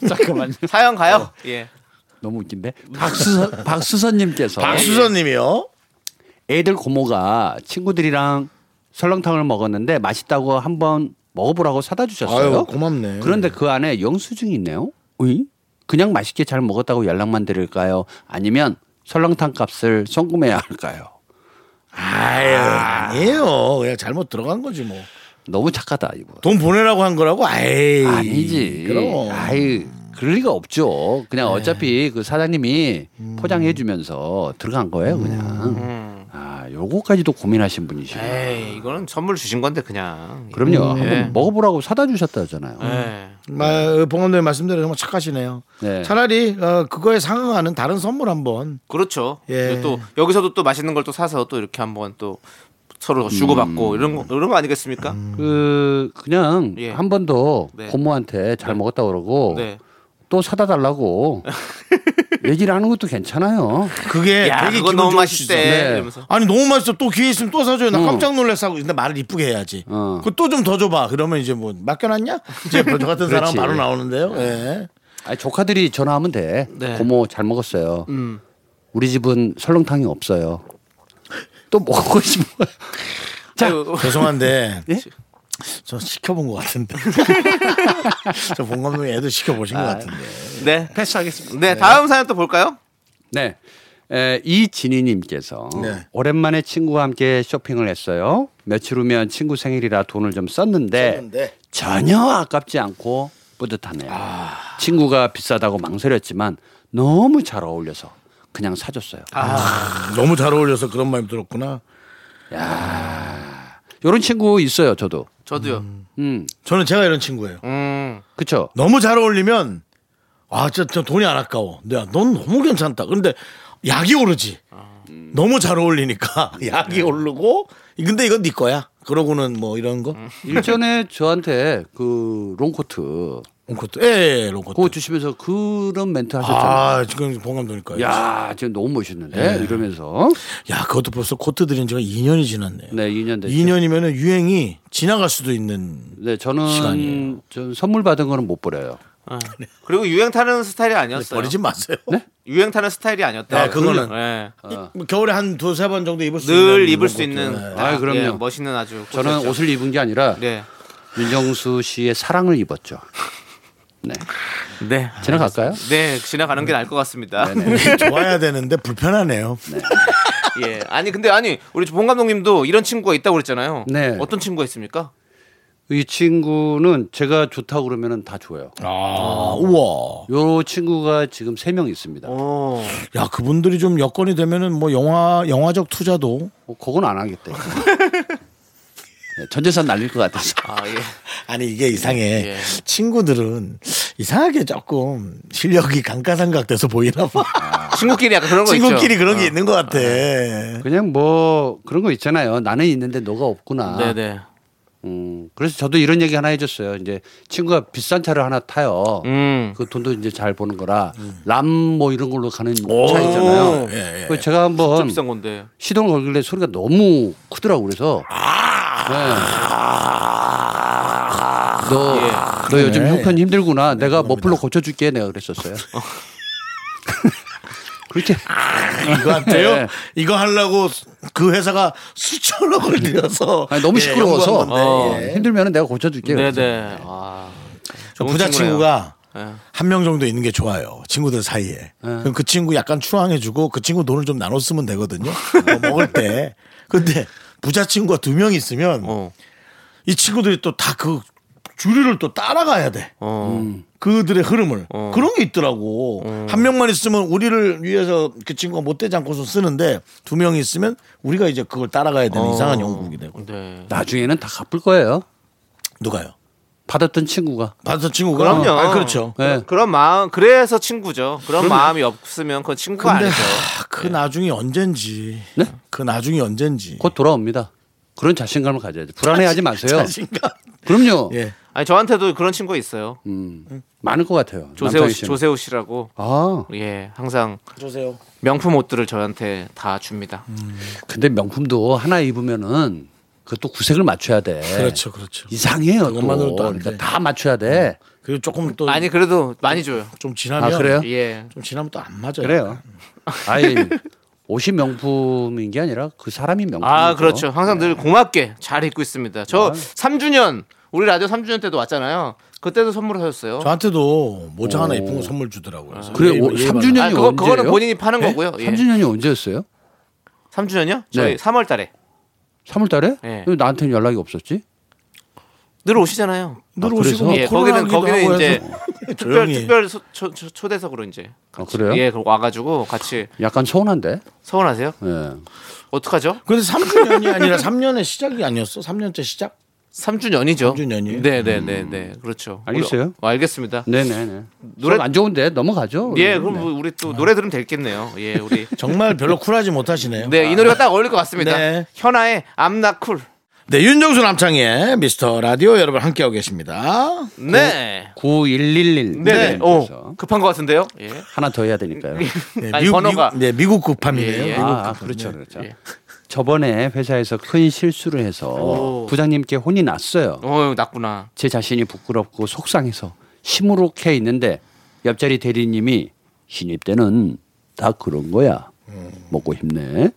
E: 잠깐만요.
B: 사연 가요. 예.
E: 너무 웃긴데. 박수선 박수선님께서
A: 박수선님이요
E: 애들 고모가 친구들이랑 설렁탕을 먹었는데 맛있다고 한번 먹어보라고 사다 주셨어요.
A: 아유, 고맙네.
E: 그런데 그 안에 영수증이 있네요. 으이? 그냥 맛있게 잘 먹었다고 연락만 드릴까요? 아니면 설렁탕 값을 송금해야 할까요?
A: 아유 아니에요 그냥 잘못 들어간 거지 뭐 돈
E: 너무 착하다 이거.
A: 보내라고 한 거라고 아이
E: 아니지.
A: 그럼 네.
E: 아이 그럴 리가 없죠. 그냥 어차피 그 사장님이
A: 음.
E: 포장해 주면서 들어간 거예요, 그냥. 아, 요거까지도 고민하신 분이시네.
B: 에이, 이거는 선물 주신 건데 그냥.
A: 음.
E: 그럼요.
B: 예.
E: 한번 먹어보라고 사다 주셨다잖아요.
B: 예.
A: 마- 봉원님 말씀대로 정말 착하시네요
E: 네.
A: 차라리 어, 그거에 상응하는 다른 선물 한번
B: 그렇죠.
A: 예.
B: 그리고 또 여기서도 또 맛있는 걸 또 사서 또 이렇게 한번 또 서로 주고받고 이런 거 이런 거 아니겠습니까?
E: 그 그냥
B: 예.
E: 한 번 더
B: 네.
E: 고모한테 잘 먹었다 그러고
B: 네.
E: 또 사다 달라고 얘기를 하는 것도 괜찮아요.
A: 그게
B: 야,
A: 되게
B: 그건
A: 기분
B: 너무
A: 좋을
B: 맛있대.
A: 수 있어.
E: 네.
B: 이러면서.
A: 아니 너무 맛있어 또 기회 있으면 또 사줘요 나
E: 어.
A: 깜짝 놀랐어 하고 근데 말을 이쁘게 해야지
E: 어.
A: 그거 또 좀 더 줘봐 그러면 이제 뭐 맡겨놨냐 이제 저 같은 사람
E: 그렇지.
A: 바로 나오는데요 예.
E: 아 조카들이 전화하면 돼.
B: 네.
E: 고모 잘 먹었어요.
A: 음.
E: 우리 집은 설렁탕이 없어요. 또 먹고 싶어요.
B: 자,
A: 죄송한데 저 시켜본 것 같은데 저 본 감독이 애들 시켜보신 것 같은데
B: 네.
A: 패스하겠습니다
B: 네, 다음 사연 또 볼까요?
E: 네. 에, 이진희님께서
A: 네.
E: 오랜만에 친구와 함께 쇼핑을 했어요. 며칠 후면 친구 생일이라 돈을 좀 썼는데,
A: 썼는데.
E: 전혀 아깝지 않고 뿌듯하네요. 아. 친구가 비싸다고 망설였지만 너무 잘 어울려서 그냥 사줬어요.
A: 너무 잘 어울려서 그런 마음 들었구나
E: 이런 친구 있어요, 저도.
B: 저도요.
E: 음,
A: 저는 제가 이런 친구예요
B: 음.
E: 그쵸.
A: 너무 잘 어울리면 아, 저, 저 돈이 안 아까워. 야, 넌 너무 괜찮다. 근데 약이 오르지. 너무 잘 어울리니까 약이 오르고 근데 이건 네 음, 거야. 그러고는 뭐 이런 거.
E: 일전에 저한테 그 롱코트
A: 롱코트. 예, 예 롱코트.
E: 그거 주시면서 그런 멘트 하셨잖아요. 네.
A: 아, 지금 봉감도니까. 야.
E: 야, 지금 너무 멋있는데 이러면서
A: 야, 그것도 벌써 코트 들인 지가 2년이 지났네요.
E: 네, 2년 됐죠.
A: 2년이면은 유행이 지나갈 수도 있는
E: 네, 저는
A: 시간이에요.
E: 전 선물 받은 거는 못 버려요.
B: 어. 그리고 유행 타는 스타일이 아니었어요.
A: 버리지 마세요.
B: 유행 타는 스타일이 아니었다.
A: 네, 그거는.
B: 예.
E: 아,
A: 뭐 겨울에 한 두세 번 정도 입을 수
B: 늘
A: 있는
B: 입을 수
A: 롱코트.
B: 있는.
A: 네.
E: 아, 그럼요.
B: 예, 멋있는 아주.
E: 저는
B: 코트였죠.
E: 옷을 입은 게 아니라
B: 네.
E: 윤정수 씨의 사랑을 입었죠. 네,
B: 네.
E: 지나갈까요?
B: 네, 지나가는 게 나을 것 같습니다.
A: 네, 좋아야 되는데 불편하네요.
B: 예. 아니, 근데 아니, 우리 봉 감독님도 이런 친구가 있다고 그랬잖아요.
E: 네.
B: 어떤 친구가 있습니까?
E: 이 친구는 제가 좋다고 그러면 다 줘요.
A: 아, 우와.
E: 요 친구가 지금 세 명 있습니다.
B: 어.
A: 야, 그분들이 좀 여건이 되면은 뭐 영화 영화적 투자도
E: 어, 그건 안 하겠대. 네, 전재산 날릴 것 같아서.
B: 아, 예.
A: 아니 이게
E: 예,
A: 이상해. 친구들은 이상하게 조금 실력이 강가상각돼서 보이나 봐.
B: 친구끼리 약간 그런 거 있죠.
A: 친구끼리 그런
E: 어.
A: 게 있는 것 같아.
E: 그냥 뭐 그런 거 있잖아요. 나는 있는데 너가
B: 어.
E: 없구나.
B: 네네.
E: 음, 그래서 저도 이런 얘기 하나 해줬어요. 이제 친구가 비싼 차를 하나 타요.
B: 음.
E: 그 돈도 이제 잘 버는 거라 람 뭐 이런 걸로 가는 차 있잖아요.
A: 음. 예, 예.
E: 그 제가 한번
B: 어. 비싼 건데.
E: 시동을 걸길래 소리가 너무 크더라고 그래서
A: 아.
E: 네. 너,
A: 아. 예.
E: 너 요즘 형편 힘들구나.
A: 네,
E: 내가 머플러 고쳐줄게. 내가 그랬었어요. 그렇게
A: 이거 같아요.
E: 예.
A: 이거 하려고 그 회사가 수천억을 들여서
E: 아니, 너무
A: 예,
E: 시끄러워서 어.
A: 연구한 건데, 예.
E: 힘들면 내가 고쳐줄게. 그랬어요.
B: 네네. 아.
A: 저
B: 좋은
A: 부자
B: 친구네요.
A: 친구가
B: 예.
A: 한 명 정도 있는 게 좋아요. 친구들 사이에. 그럼 그 친구 약간 추앙해주고 그 친구 돈을 좀 나눠 쓰면 되거든요. 뭐 먹을 때. 근데 부자 친구가 두 명 있으면
B: 어.
A: 이 친구들이 또 다 그 주류를 또 따라가야 돼.
B: 어.
E: 음.
A: 그들의 흐름을 그런 게 있더라고 한 명만 있으면 우리를 위해서 그 친구가 못되지 않고서 쓰는데 두 명이 있으면 우리가 이제 그걸 따라가야 되는
B: 어.
A: 이상한 영국이 되고
B: 네.
E: 나중에는 다 갚을 거예요.
A: 누가요?
E: 받았던 친구가.
A: 반사 친구가
B: 그럼요.
A: 아, 그렇죠.
E: 네.
B: 그런 마음, 그래서 친구죠. 그런 마음이 없으면 그건 친구가
A: 근데
B: 아니죠.
A: 하, 그 나중이 언젠지
E: 네?
A: 그 나중이 언젠지
E: 곧 돌아옵니다. 그런 자신감을 가져야죠. 불안해하지 마세요.
A: 아, 자신감
E: 그럼요.
A: 예
B: 아니, 저한테도 그런 친구가 있어요.
E: 음, 많을 것 같아요.
B: 조세호
E: 남창희
B: 씨,
E: 씨는.
B: 조세호 씨라고.
E: 아,
B: 예, 항상
A: 조세요.
B: 명품 옷들을 저한테 다 줍니다.
E: 근데 명품도 하나 입으면은 그것도 구색을 맞춰야 돼.
A: 그렇죠, 그렇죠.
B: 예.
E: 이상해요. 또.
A: 그것만으로도 안
E: 그러니까
A: 돼. 음.
E: 다 맞춰야 돼.
A: 그리고 조금 또
B: 아니 그래도 많이 줘요.
A: 좀 지나면
E: 아, 그래요?
B: 예.
A: 좀 지나면 또 안 맞아요.
E: 그래요. 아이 옷이 명품인 게 아니라 그 사람이 명품.
B: 아 그렇죠. 항상 늘 고맙게 잘 입고 있습니다. 저 3주년 우리 라디오 3주년 때도 왔잖아요. 그때도 선물을 하셨어요.
A: 저한테도 모자 하나 입은 거 선물 주더라고요. 그래서
E: 그래
A: 예의-
E: 오,
A: 예의
E: 3주년이
B: 아 그거
E: 언제예요?
B: 그거는 본인이 파는 거고요. 예.
E: 3주년이 언제였어요?
B: 3주년? 이요 저희
E: 네.
B: 3월 달에
E: 3월 달에?
B: 네.
E: 왜 나한테는 연락이 없었지?
B: 늘 오시잖아요.
A: 늘
E: 아,
A: 오시고
E: 그래서?
A: 뭐
B: 예,
A: 코로나기도
B: 거기는 거기는
A: 하고
B: 이제
A: 해서
B: 특별
A: 조용히.
B: 특별 소- 초, 초, 초대석으로 이제
E: 아, 그래요?
B: 예, 그리고 와가지고 같이
E: 약간 서운한데?
B: 서운하세요?
E: 예.
B: 어떡하죠?
A: 근데 3주년이 아니라 3년의 시작이 아니었어? 3년째 시작?
B: 3주년이죠.
A: 3주년이에요? 음.
B: 네, 네, 네, 네. 그렇죠.
E: 알겠어요?
B: 우리- 어, 알겠습니다.
E: 네네네.
B: 노래-
E: 노래 안 좋은데 넘어가죠. 네.
B: 예,
A: 네.
B: 그럼 뭐 우리
A: 아.
B: 또 노래 들으면 되겠네요. 예, 우리
A: 정말 별로 쿨하지 못하시네요. 아.
B: 네, 이 노래가 딱 어울릴 것 같습니다.
A: 네.
B: 현아의 암나쿨.
A: 네, 윤정수 남창희의 미스터 라디오 여러분 함께하고 계십니다.
B: 네.
E: 9111.
B: 네. 예. 오, 급한 것 같은데요? 예.
E: 하나 더 해야 되니까요.
A: 네,
B: 아니, 번호가.
A: 미국, 네, 미국 급함이에요.
B: 예, 예.
A: 미국
E: 아, 아,
A: 급함.
E: 그렇죠,
A: 네.
E: 그렇죠.
B: 예.
E: 저번에 회사에서 큰 실수를 해서
B: 오.
E: 부장님께 혼이 어. 났어요.
B: 어, 났구나.
E: 제 자신이 부끄럽고 속상해서 시무룩해 있는데 옆자리 대리님이 신입 때는 다 그런 거야. 먹고 힘내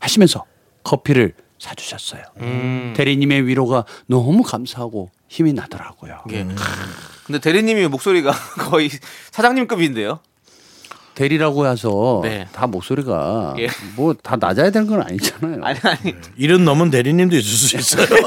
E: 하시면서 커피를 사주셨어요.
B: 음.
A: 음.
E: 대리님의 위로가 너무 감사하고 힘이 나더라고요.
A: 네.
B: 근데 대리님이 목소리가 거의 사장님급인데요.
E: 대리라고 해서
B: 네.
E: 다 목소리가
B: 예.
E: 뭐 다 낮아야 되는 건 아니잖아요.
B: 아니, 아니.
A: 이런 넘은 대리님도 있을 수 있어요.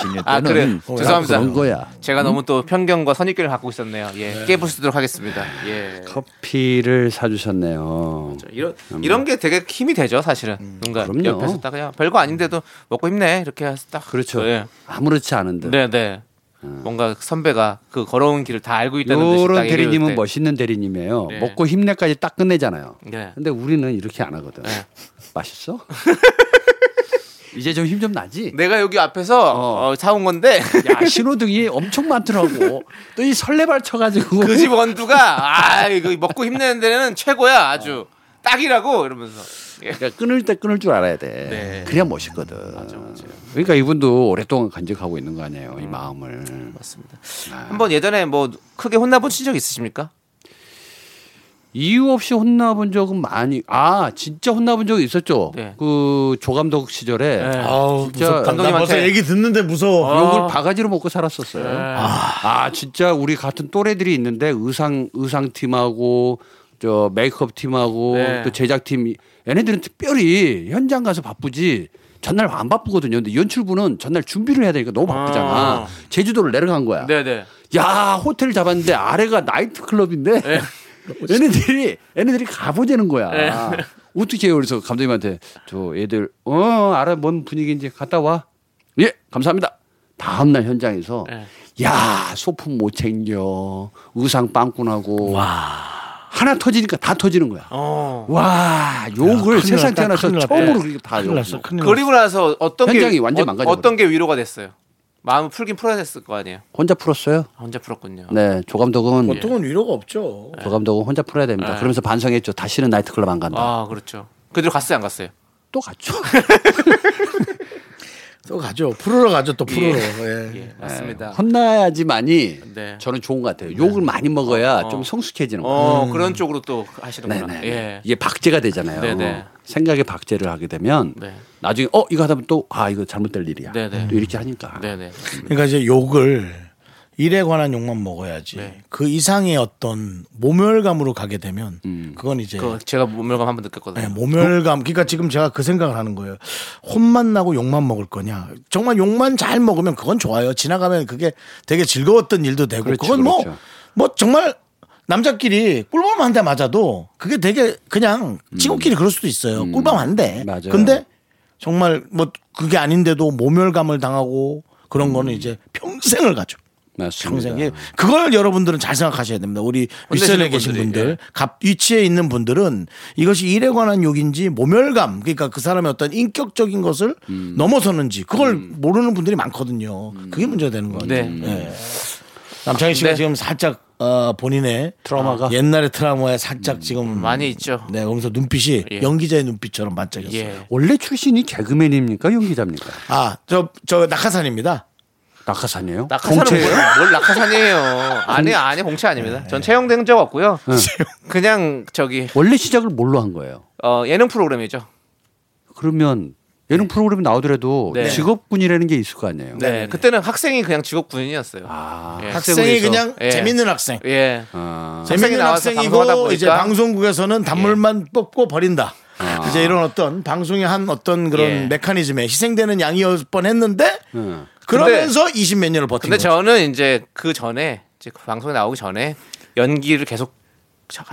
E: 신입
B: 아,
E: 때는 음,
B: 그래요.
E: 다
B: 죄송합니다.
E: 그런 거야.
B: 제가 너무 또 편견과 선입견을 갖고 있었네요. 예. 깨부수도록 하겠습니다. 예.
E: 커피를 사주셨네요.
B: 이런 이런 게 되게 힘이 되죠, 사실은. 뭔가
E: 음. 그럼요.
B: 옆에서 딱 그냥 별거 아닌데도 먹고 힘내 이렇게 해서 딱
E: 그렇죠.
B: 예.
E: 아무렇지 않은데.
B: 네, 네. 뭔가 선배가 그 걸어온 길을 다 알고 있다는 듯이
E: 요런
B: 딱 얘기를
E: 대리님은
B: 할 때.
E: 멋있는 대리님이에요.
B: 네.
E: 먹고 힘내까지 딱 끝내잖아요.
B: 네.
E: 근데 우리는 이렇게 안 하거든. 맛있어? 이제 좀 힘 좀 나지?
B: 내가 여기 앞에서
E: 어.
B: 어, 사온 건데
E: 야 신호등이 엄청 많더라고. 또 이 설레발 쳐가지고
B: 그 집 원두가 아 이거 먹고 힘내는 데는 최고야 아주
E: 어.
B: 딱이라고 이러면서 예.
E: 그러니까 끊을 때 끊을 줄 알아야 돼.
B: 네.
E: 그래야 멋있거든. 그러니까 이분도 오랫동안 간직하고 있는 거 아니에요, 이 마음을.
B: 맞습니다.
E: 네.
B: 한번 예전에 뭐 크게 혼나보신 적 있으십니까?
E: 이유 없이 혼나본 적은 많이. 아, 진짜 혼나본 적이 있었죠.
B: 네.
E: 그 조감독 시절에
A: 아우
E: 진짜
A: 무섭다. 나
B: 감독님한테-
A: 벌써 얘기 듣는데
B: 아.
A: 무서워.
E: 욕을 바가지로 먹고
B: 네.
E: 살았었어요. 아. 진짜 우리 같은 또래들이 있는데 의상 의상 팀하고 저 메이크업 팀하고
B: 네.
E: 또 제작 팀 얘네들은 특별히 현장 가서 바쁘지. 전날 안 바쁘거든요. 근데 연출부는 전날 준비를 해야 되니까 너무 바쁘잖아.
B: 아.
E: 제주도를 내려간 거야.
B: 네네.
E: 야 호텔 잡았는데 아래가 나이트 클럽인데
B: 네.
E: 얘네들이 얘네들이 가보자는 거야. 어떻게 해요? 그래서 감독님한테 저 애들 어 알아 뭔 분위기인지 갔다 와. 예 감사합니다. 다음 날 현장에서 야 소품 못 챙겨 의상 빵꾸나고 하나 터지니까 다 터지는 거야.
B: 어.
E: 와 욕을 세상 태어나서 처음으로 그렇게 다
A: 큰일
E: 욕을.
A: 났어. 큰일 났어.
B: 그리고 나서 어떤
E: 현장이
B: 게
E: 완전
B: 어,
E: 망가져버려.
B: 어떤 게 위로가 됐어요? 마음 풀긴 풀어야 됐을 거 아니에요.
E: 혼자 풀었어요.
B: 혼자 풀었군요.
E: 네 조감독은
A: 보통은 위로가 없죠.
E: 조감독은 혼자 풀어야 됩니다. 그러면서 반성했죠. 다시는 나이트클럽 안 간다.
B: 아 그렇죠. 그대로 갔어요 안 갔어요?
E: 또 갔죠.
A: 또 가죠. 프로로 가죠. 또 프로로. 예.
B: 예 맞습니다.
E: 혼나야지만이
B: 네.
E: 저는 좋은 것 같아요. 욕을 많이 먹어야
B: 어.
E: 좀 성숙해지는 거예요.
B: 어 그런 쪽으로 또 하시는구나.
E: 네네.
B: 예.
E: 이게 박제가 되잖아요.
B: 네네.
E: 생각에 박제를 하게 되면
B: 네.
E: 나중에 어 이거 하다 보면 또 아 이거 잘못될 일이야.
B: 네네.
E: 또 이렇게 하니까.
B: 네네.
A: 그러니까 이제 욕을 일에 관한 욕만 먹어야지. 그 이상의 어떤 모멸감으로 가게 되면 음. 그건 이제
B: 그 제가 모멸감 한번 느꼈거든요.
A: 네, 모멸감. 그러니까 지금 제가 그 생각을 하는 거예요. 혼만 나고 욕만 먹을 거냐. 정말 욕만 잘 먹으면 그건 좋아요. 지나가면 그게 되게 즐거웠던 일도 되고
E: 그렇죠,
A: 그건 뭐,
E: 그렇죠.
A: 뭐 정말 남자끼리 꿀밤 한 대 맞아도 그게 되게 그냥 친구끼리 그럴 수도 있어요. 꿀밤 한 대.
E: 음. 맞아요.
A: 근데 정말 뭐 그게 아닌데도 모멸감을 당하고 그런 거는 이제 평생을 가죠.
E: 맞습니다.
A: 평생에 그걸 여러분들은 잘 생각하셔야 됩니다. 우리 윗선에
B: 혼내시는
A: 계신
B: 분들이,
A: 분들, 갑 위치에 있는 분들은 이것이 일에 관한 욕인지 모멸감, 그러니까 그 사람의 어떤 인격적인 것을
B: 음.
A: 넘어서는지 그걸 모르는 분들이 많거든요. 그게 문제가 되는 거 같아요.
B: 네.
A: 예. 남창희 씨가
B: 네.
A: 지금 살짝 어, 본인의
E: 트라우마가?
A: 옛날의 트라우마에 살짝 지금
B: 음. 많이 있죠.
A: 네, 거기서 눈빛이
B: 예.
A: 연기자의 눈빛처럼 반짝였어요.
B: 예.
E: 원래 출신이 개그맨입니까 연기자입니까?
A: 아, 저 저 낙하산입니다.
E: 낙하산이에요?
B: 낙하산은 뭐-
E: 공채예요?
B: 뭘, 뭘 낙하산이에요. 아니 아니 공채 아닙니다. 전 채용된 적 없고요. 그냥 저기
E: 원래 시작을 뭘로 한 거예요?
B: 어, 예능 프로그램이죠.
E: 그러면 예능 프로그램 나오더라도
B: 네.
E: 직업군이라는 게 있을 거 아니에요.
B: 네, 그때는 학생이 그냥 직업 군인이었어요.
E: 아,
B: 예.
A: 학생이
B: 학생으로서.
A: 그냥
B: 예.
A: 재밌는 학생.
B: 예.
E: 아,
A: 재밌는
B: 학생이 나와서 방송하다
A: 학생이고
B: 보니까. 예.
A: 이제 방송국에서는 단물만 뽑고 버린다. 이제 이런 어떤 방송의 한 어떤 그런
B: 아. 예.
A: 메커니즘에 희생되는 양이었 뻔했는데
E: 음.
A: 그러면서 20 몇 년을 버틴
B: 근데
A: 거죠.
B: 저는 이제 그 전에 이제 그 방송에 나오기 전에 연기를 계속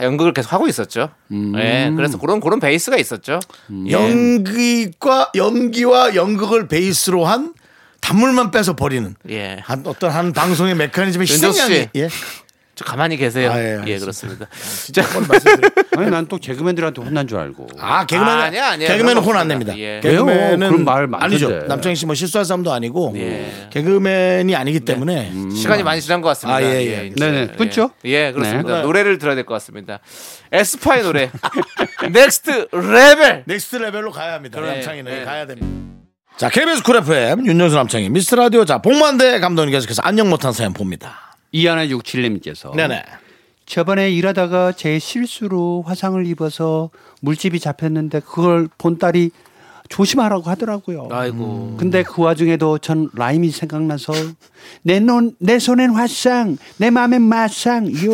B: 연극을 계속 하고 있었죠.
A: 음.
B: 예. 그래서 그런 그런 베이스가 있었죠. 예.
A: 연기과 연기와 연극을 베이스로 한 단물만 빼서 버리는
B: 예.
A: 한 어떤 한 방송의 메커니즘의
B: 윤정수
A: 희생양이
B: 씨.
A: 예.
B: 저 가만히 계세요.
A: 아, 예,
B: 예,
A: 알겠습니다.
B: 그렇습니다.
A: 진짜 그걸 말씀드려요.
E: 아니 난 또 개그맨들한테 혼난 줄 알고.
A: 아 개그맨
B: 아, 아니야, 아니야.
A: 개그맨은
B: 그런
A: 혼
B: 거
A: 안
B: 없습니다.
A: 냅니다.
B: 예.
A: 개그맨은
E: 왜요? 그런 말 많던데.
A: 아니죠. 남창희 씨 뭐 실수할 사람도 아니고
B: 예. 네. 음.
A: 개그맨이 아니기 때문에
B: 시간이 많이 지난 것 같습니다.
A: 음. 아, 예, 예.
B: 이제.
E: 네네, 끊죠?
B: 예, 예, 그렇습니다.
A: 네.
B: 노래를 들어야 될 것 같습니다. 에스파의 노래. 넥스트 레벨.
A: 넥스트 레벨로 가야 합니다. 남창희는
B: 네.
A: 가야 됩니다. 자, KBS 쿨 FM 윤정수 남창희 미스터 라디오 자 복만대 감독님 계속해서 안녕 못한 사연 봅니다.
E: 이하나 67님께서
A: 어. 네네.
E: 저번에 일하다가 제 실수로 화상을 입어서 물집이 잡혔는데 그걸 본 딸이 조심하라고 하더라고요.
A: 음.
B: 아이고.
E: 근데 그 와중에도 전 라임이 생각나서 내눈내 손엔 화상, 내 마음엔 마상 요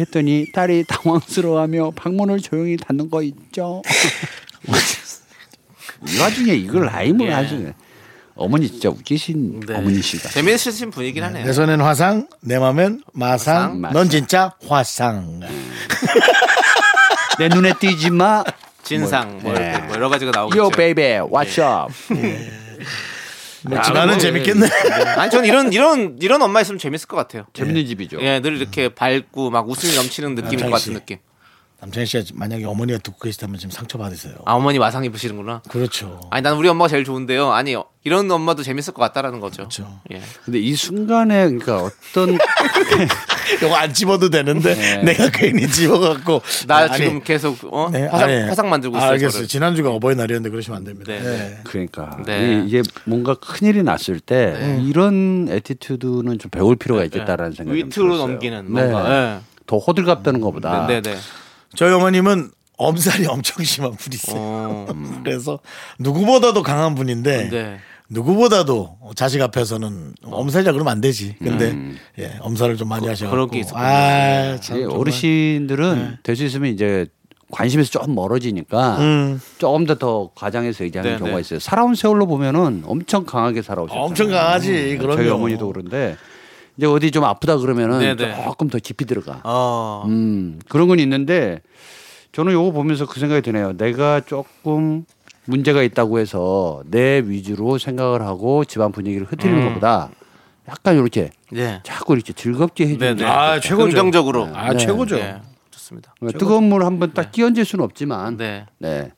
E: 했더니 딸이 당황스러워하며 방문을 조용히 닫는 거 있죠. 이 와중에 이걸 라임을 아주 어머니 진짜 웃기신 어머니시다.
B: 재미있으신 분이긴 하네요.
A: 내 손엔 화상, 내 맘엔 마상,
E: 마상, 마상.
A: 넌 진짜 화상.
E: 내 눈에 띄지 마.
B: 진상 뭐,
E: 네.
B: 이렇게 뭐 여러 가지가 나오겠죠.
E: 요 베이베, what's up?
B: 아,
A: 뭐
B: 예,
A: 지나는 재밌겠네.
B: 아니 저는 이런 이런 이런 엄마 있으면 재밌을 것 같아요.
E: 재밌는 집이죠.
A: 아,
B: 예, 늘 이렇게 밝고 막 웃음이 넘치는 느낌인 것
A: 남창희 씨.
B: 같은 느낌.
A: 남창희 씨가 만약에 어머니가 듣고 계시다면 지금 상처받으세요.
B: 아 어머니 마상 입으시는구나.
A: 그렇죠.
B: 아니 난 우리 엄마가 제일 좋은데요. 아니 이런 엄마도 재밌을 것 같다라는 거죠.
A: 그렇죠.
B: 예.
E: 근데 이 순간에 그러니까 어떤
A: 아, 이거 안 집어도 되는데 내가 괜히 집어갖고
B: 네. 나
A: 아니,
B: 지금 계속 어?
A: 네,
B: 화상,
A: 아니,
B: 화상 만들고 있어요.
A: 알겠어요.
B: 저를.
A: 지난주가 어버이날이었는데 그러시면 안 됩니다.
B: 네,
A: 네.
B: 네.
E: 그러니까
B: 네.
E: 이- 이게 뭔가 큰 일이 났을 때 이런 에티튜드는 좀 배울 필요가 있겠다라는 생각이
B: 네,
E: 좀
B: 예. 위트로
E: 들었어요.
B: 넘기는
E: 네.
B: 뭔가. 예.
E: 더 호들갑 되는 것보다
B: 네. 네네.
A: 저희 어머님은 엄살이 엄청 심한 분이세요.
B: 어,
A: 음. 그래서 누구보다도 강한 분인데
B: 네.
A: 누구보다도 자식 앞에서는 엄살이라 그러면 안 되지. 근데 예, 엄살을 좀 많이 하셔.
B: 음. 그런 게 있었군요. 네.
A: 아, 참
E: 이게
A: 정말.
E: 어르신들은 될 수 있으면 이제 관심에서 조금 멀어지니까 조금 더 더 과장해서
B: 음.
E: 얘기하는
B: 네,
E: 경우가
B: 네.
E: 있어요. 살아온 세월로 보면은 엄청 강하게 살아오셨잖아요. 음, 네,
A: 엄청 강하지. 그럼요.
E: 저희 어머니도 그런데 이제 어디 좀 아프다 그러면은
B: 네, 네.
E: 조금 더 깊이 들어가.
B: 어.
E: 음, 그런 건 있는데 저는 요거 보면서 그 생각이 드네요. 내가 조금 문제가 있다고 해서 내 위주로 생각을 하고 집안 분위기를 흐트리는 것보다 약간 이렇게
B: 네.
E: 자꾸 이렇게 즐겁게 해주는
B: 네네.
A: 아, 최고죠.
B: 긍정적으로.
A: 아, 최고죠.
B: 네. 좋습니다.
E: 그러니까 뜨거운 물 한 번 딱 끼얹을 수는 없지만
B: 네.
E: 네.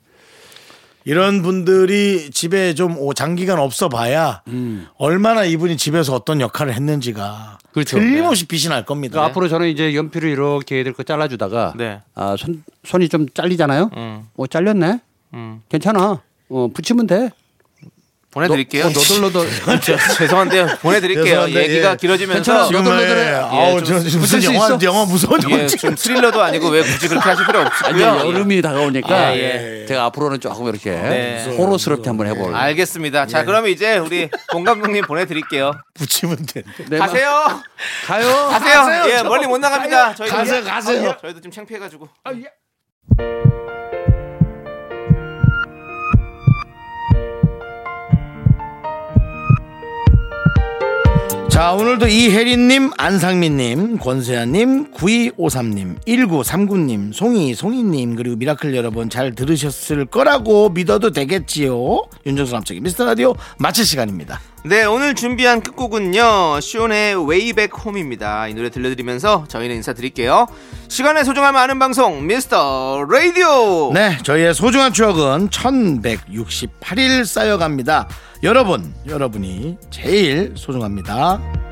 A: 이런 분들이 집에 좀 오- 장기간 없어 봐야
B: 음.
A: 얼마나 이분이 집에서 어떤 역할을 했는지가
E: 그렇죠.
A: 틀림없이 빛이 날 겁니다.
E: 그러니까 앞으로 저는 이제 연필을 이렇게 애들 거 잘라주다가
B: 네.
E: 아, 손, 손이 좀 잘리잖아요.
B: 음.
E: 어, 잘렸네.
B: 음.
E: 괜찮아. 어, 붙이면 돼.
B: 보내드릴게요.
E: 어, 너덜너덜.
B: 죄송한데요. 보내드릴게요.
A: 죄송한데,
B: 얘기가
A: 예.
B: 길어지면서
E: 괜찮아.
A: 지금
E: 너덜너덜해.
A: 예, 아우
B: 좀
A: 저 지금 무슨
E: 붙일 수
A: 영화
E: 있어?
A: 영화 무서운 영화
B: 예, 좀 스릴러도 아니고 왜 굳이 그렇게 하실 필요
E: 아니, 예. 아,
B: 없고요.
E: 여름이 다가오니까
B: 예, 예,
E: 제가 앞으로는 조금 이렇게
B: 네.
E: 호로스럽게 한번 해볼.
B: 알겠습니다.
A: 예.
B: 자, 그럼 이제 우리 본 감독님 보내드릴게요.
A: 붙이면 돼.
E: 네,
B: 가세요.
E: 가요.
B: 가세요. 예, 멀리 못 나갑니다. 저희
A: 가세요, 가세요.
B: 저희도 좀 창피해가지고.
A: 자 오늘도 이혜린님, 안상민님, 권세아님, 9253님, 1939님, 송이 송이님 그리고 미라클 여러분 잘 들으셨을 거라고 믿어도 되겠지요. 윤정수 남창의 미스터 라디오 마칠 시간입니다.
B: 네, 오늘 준비한 끝곡은요. 시온의 웨이백 홈입니다. 이 노래 들려드리면서 저희는 인사드릴게요. 시간의 소중함 아는 방송 미스터 라디오.
A: 네, 저희의 소중한 추억은 1168일 쌓여갑니다. 여러분, 여러분이 제일 소중합니다.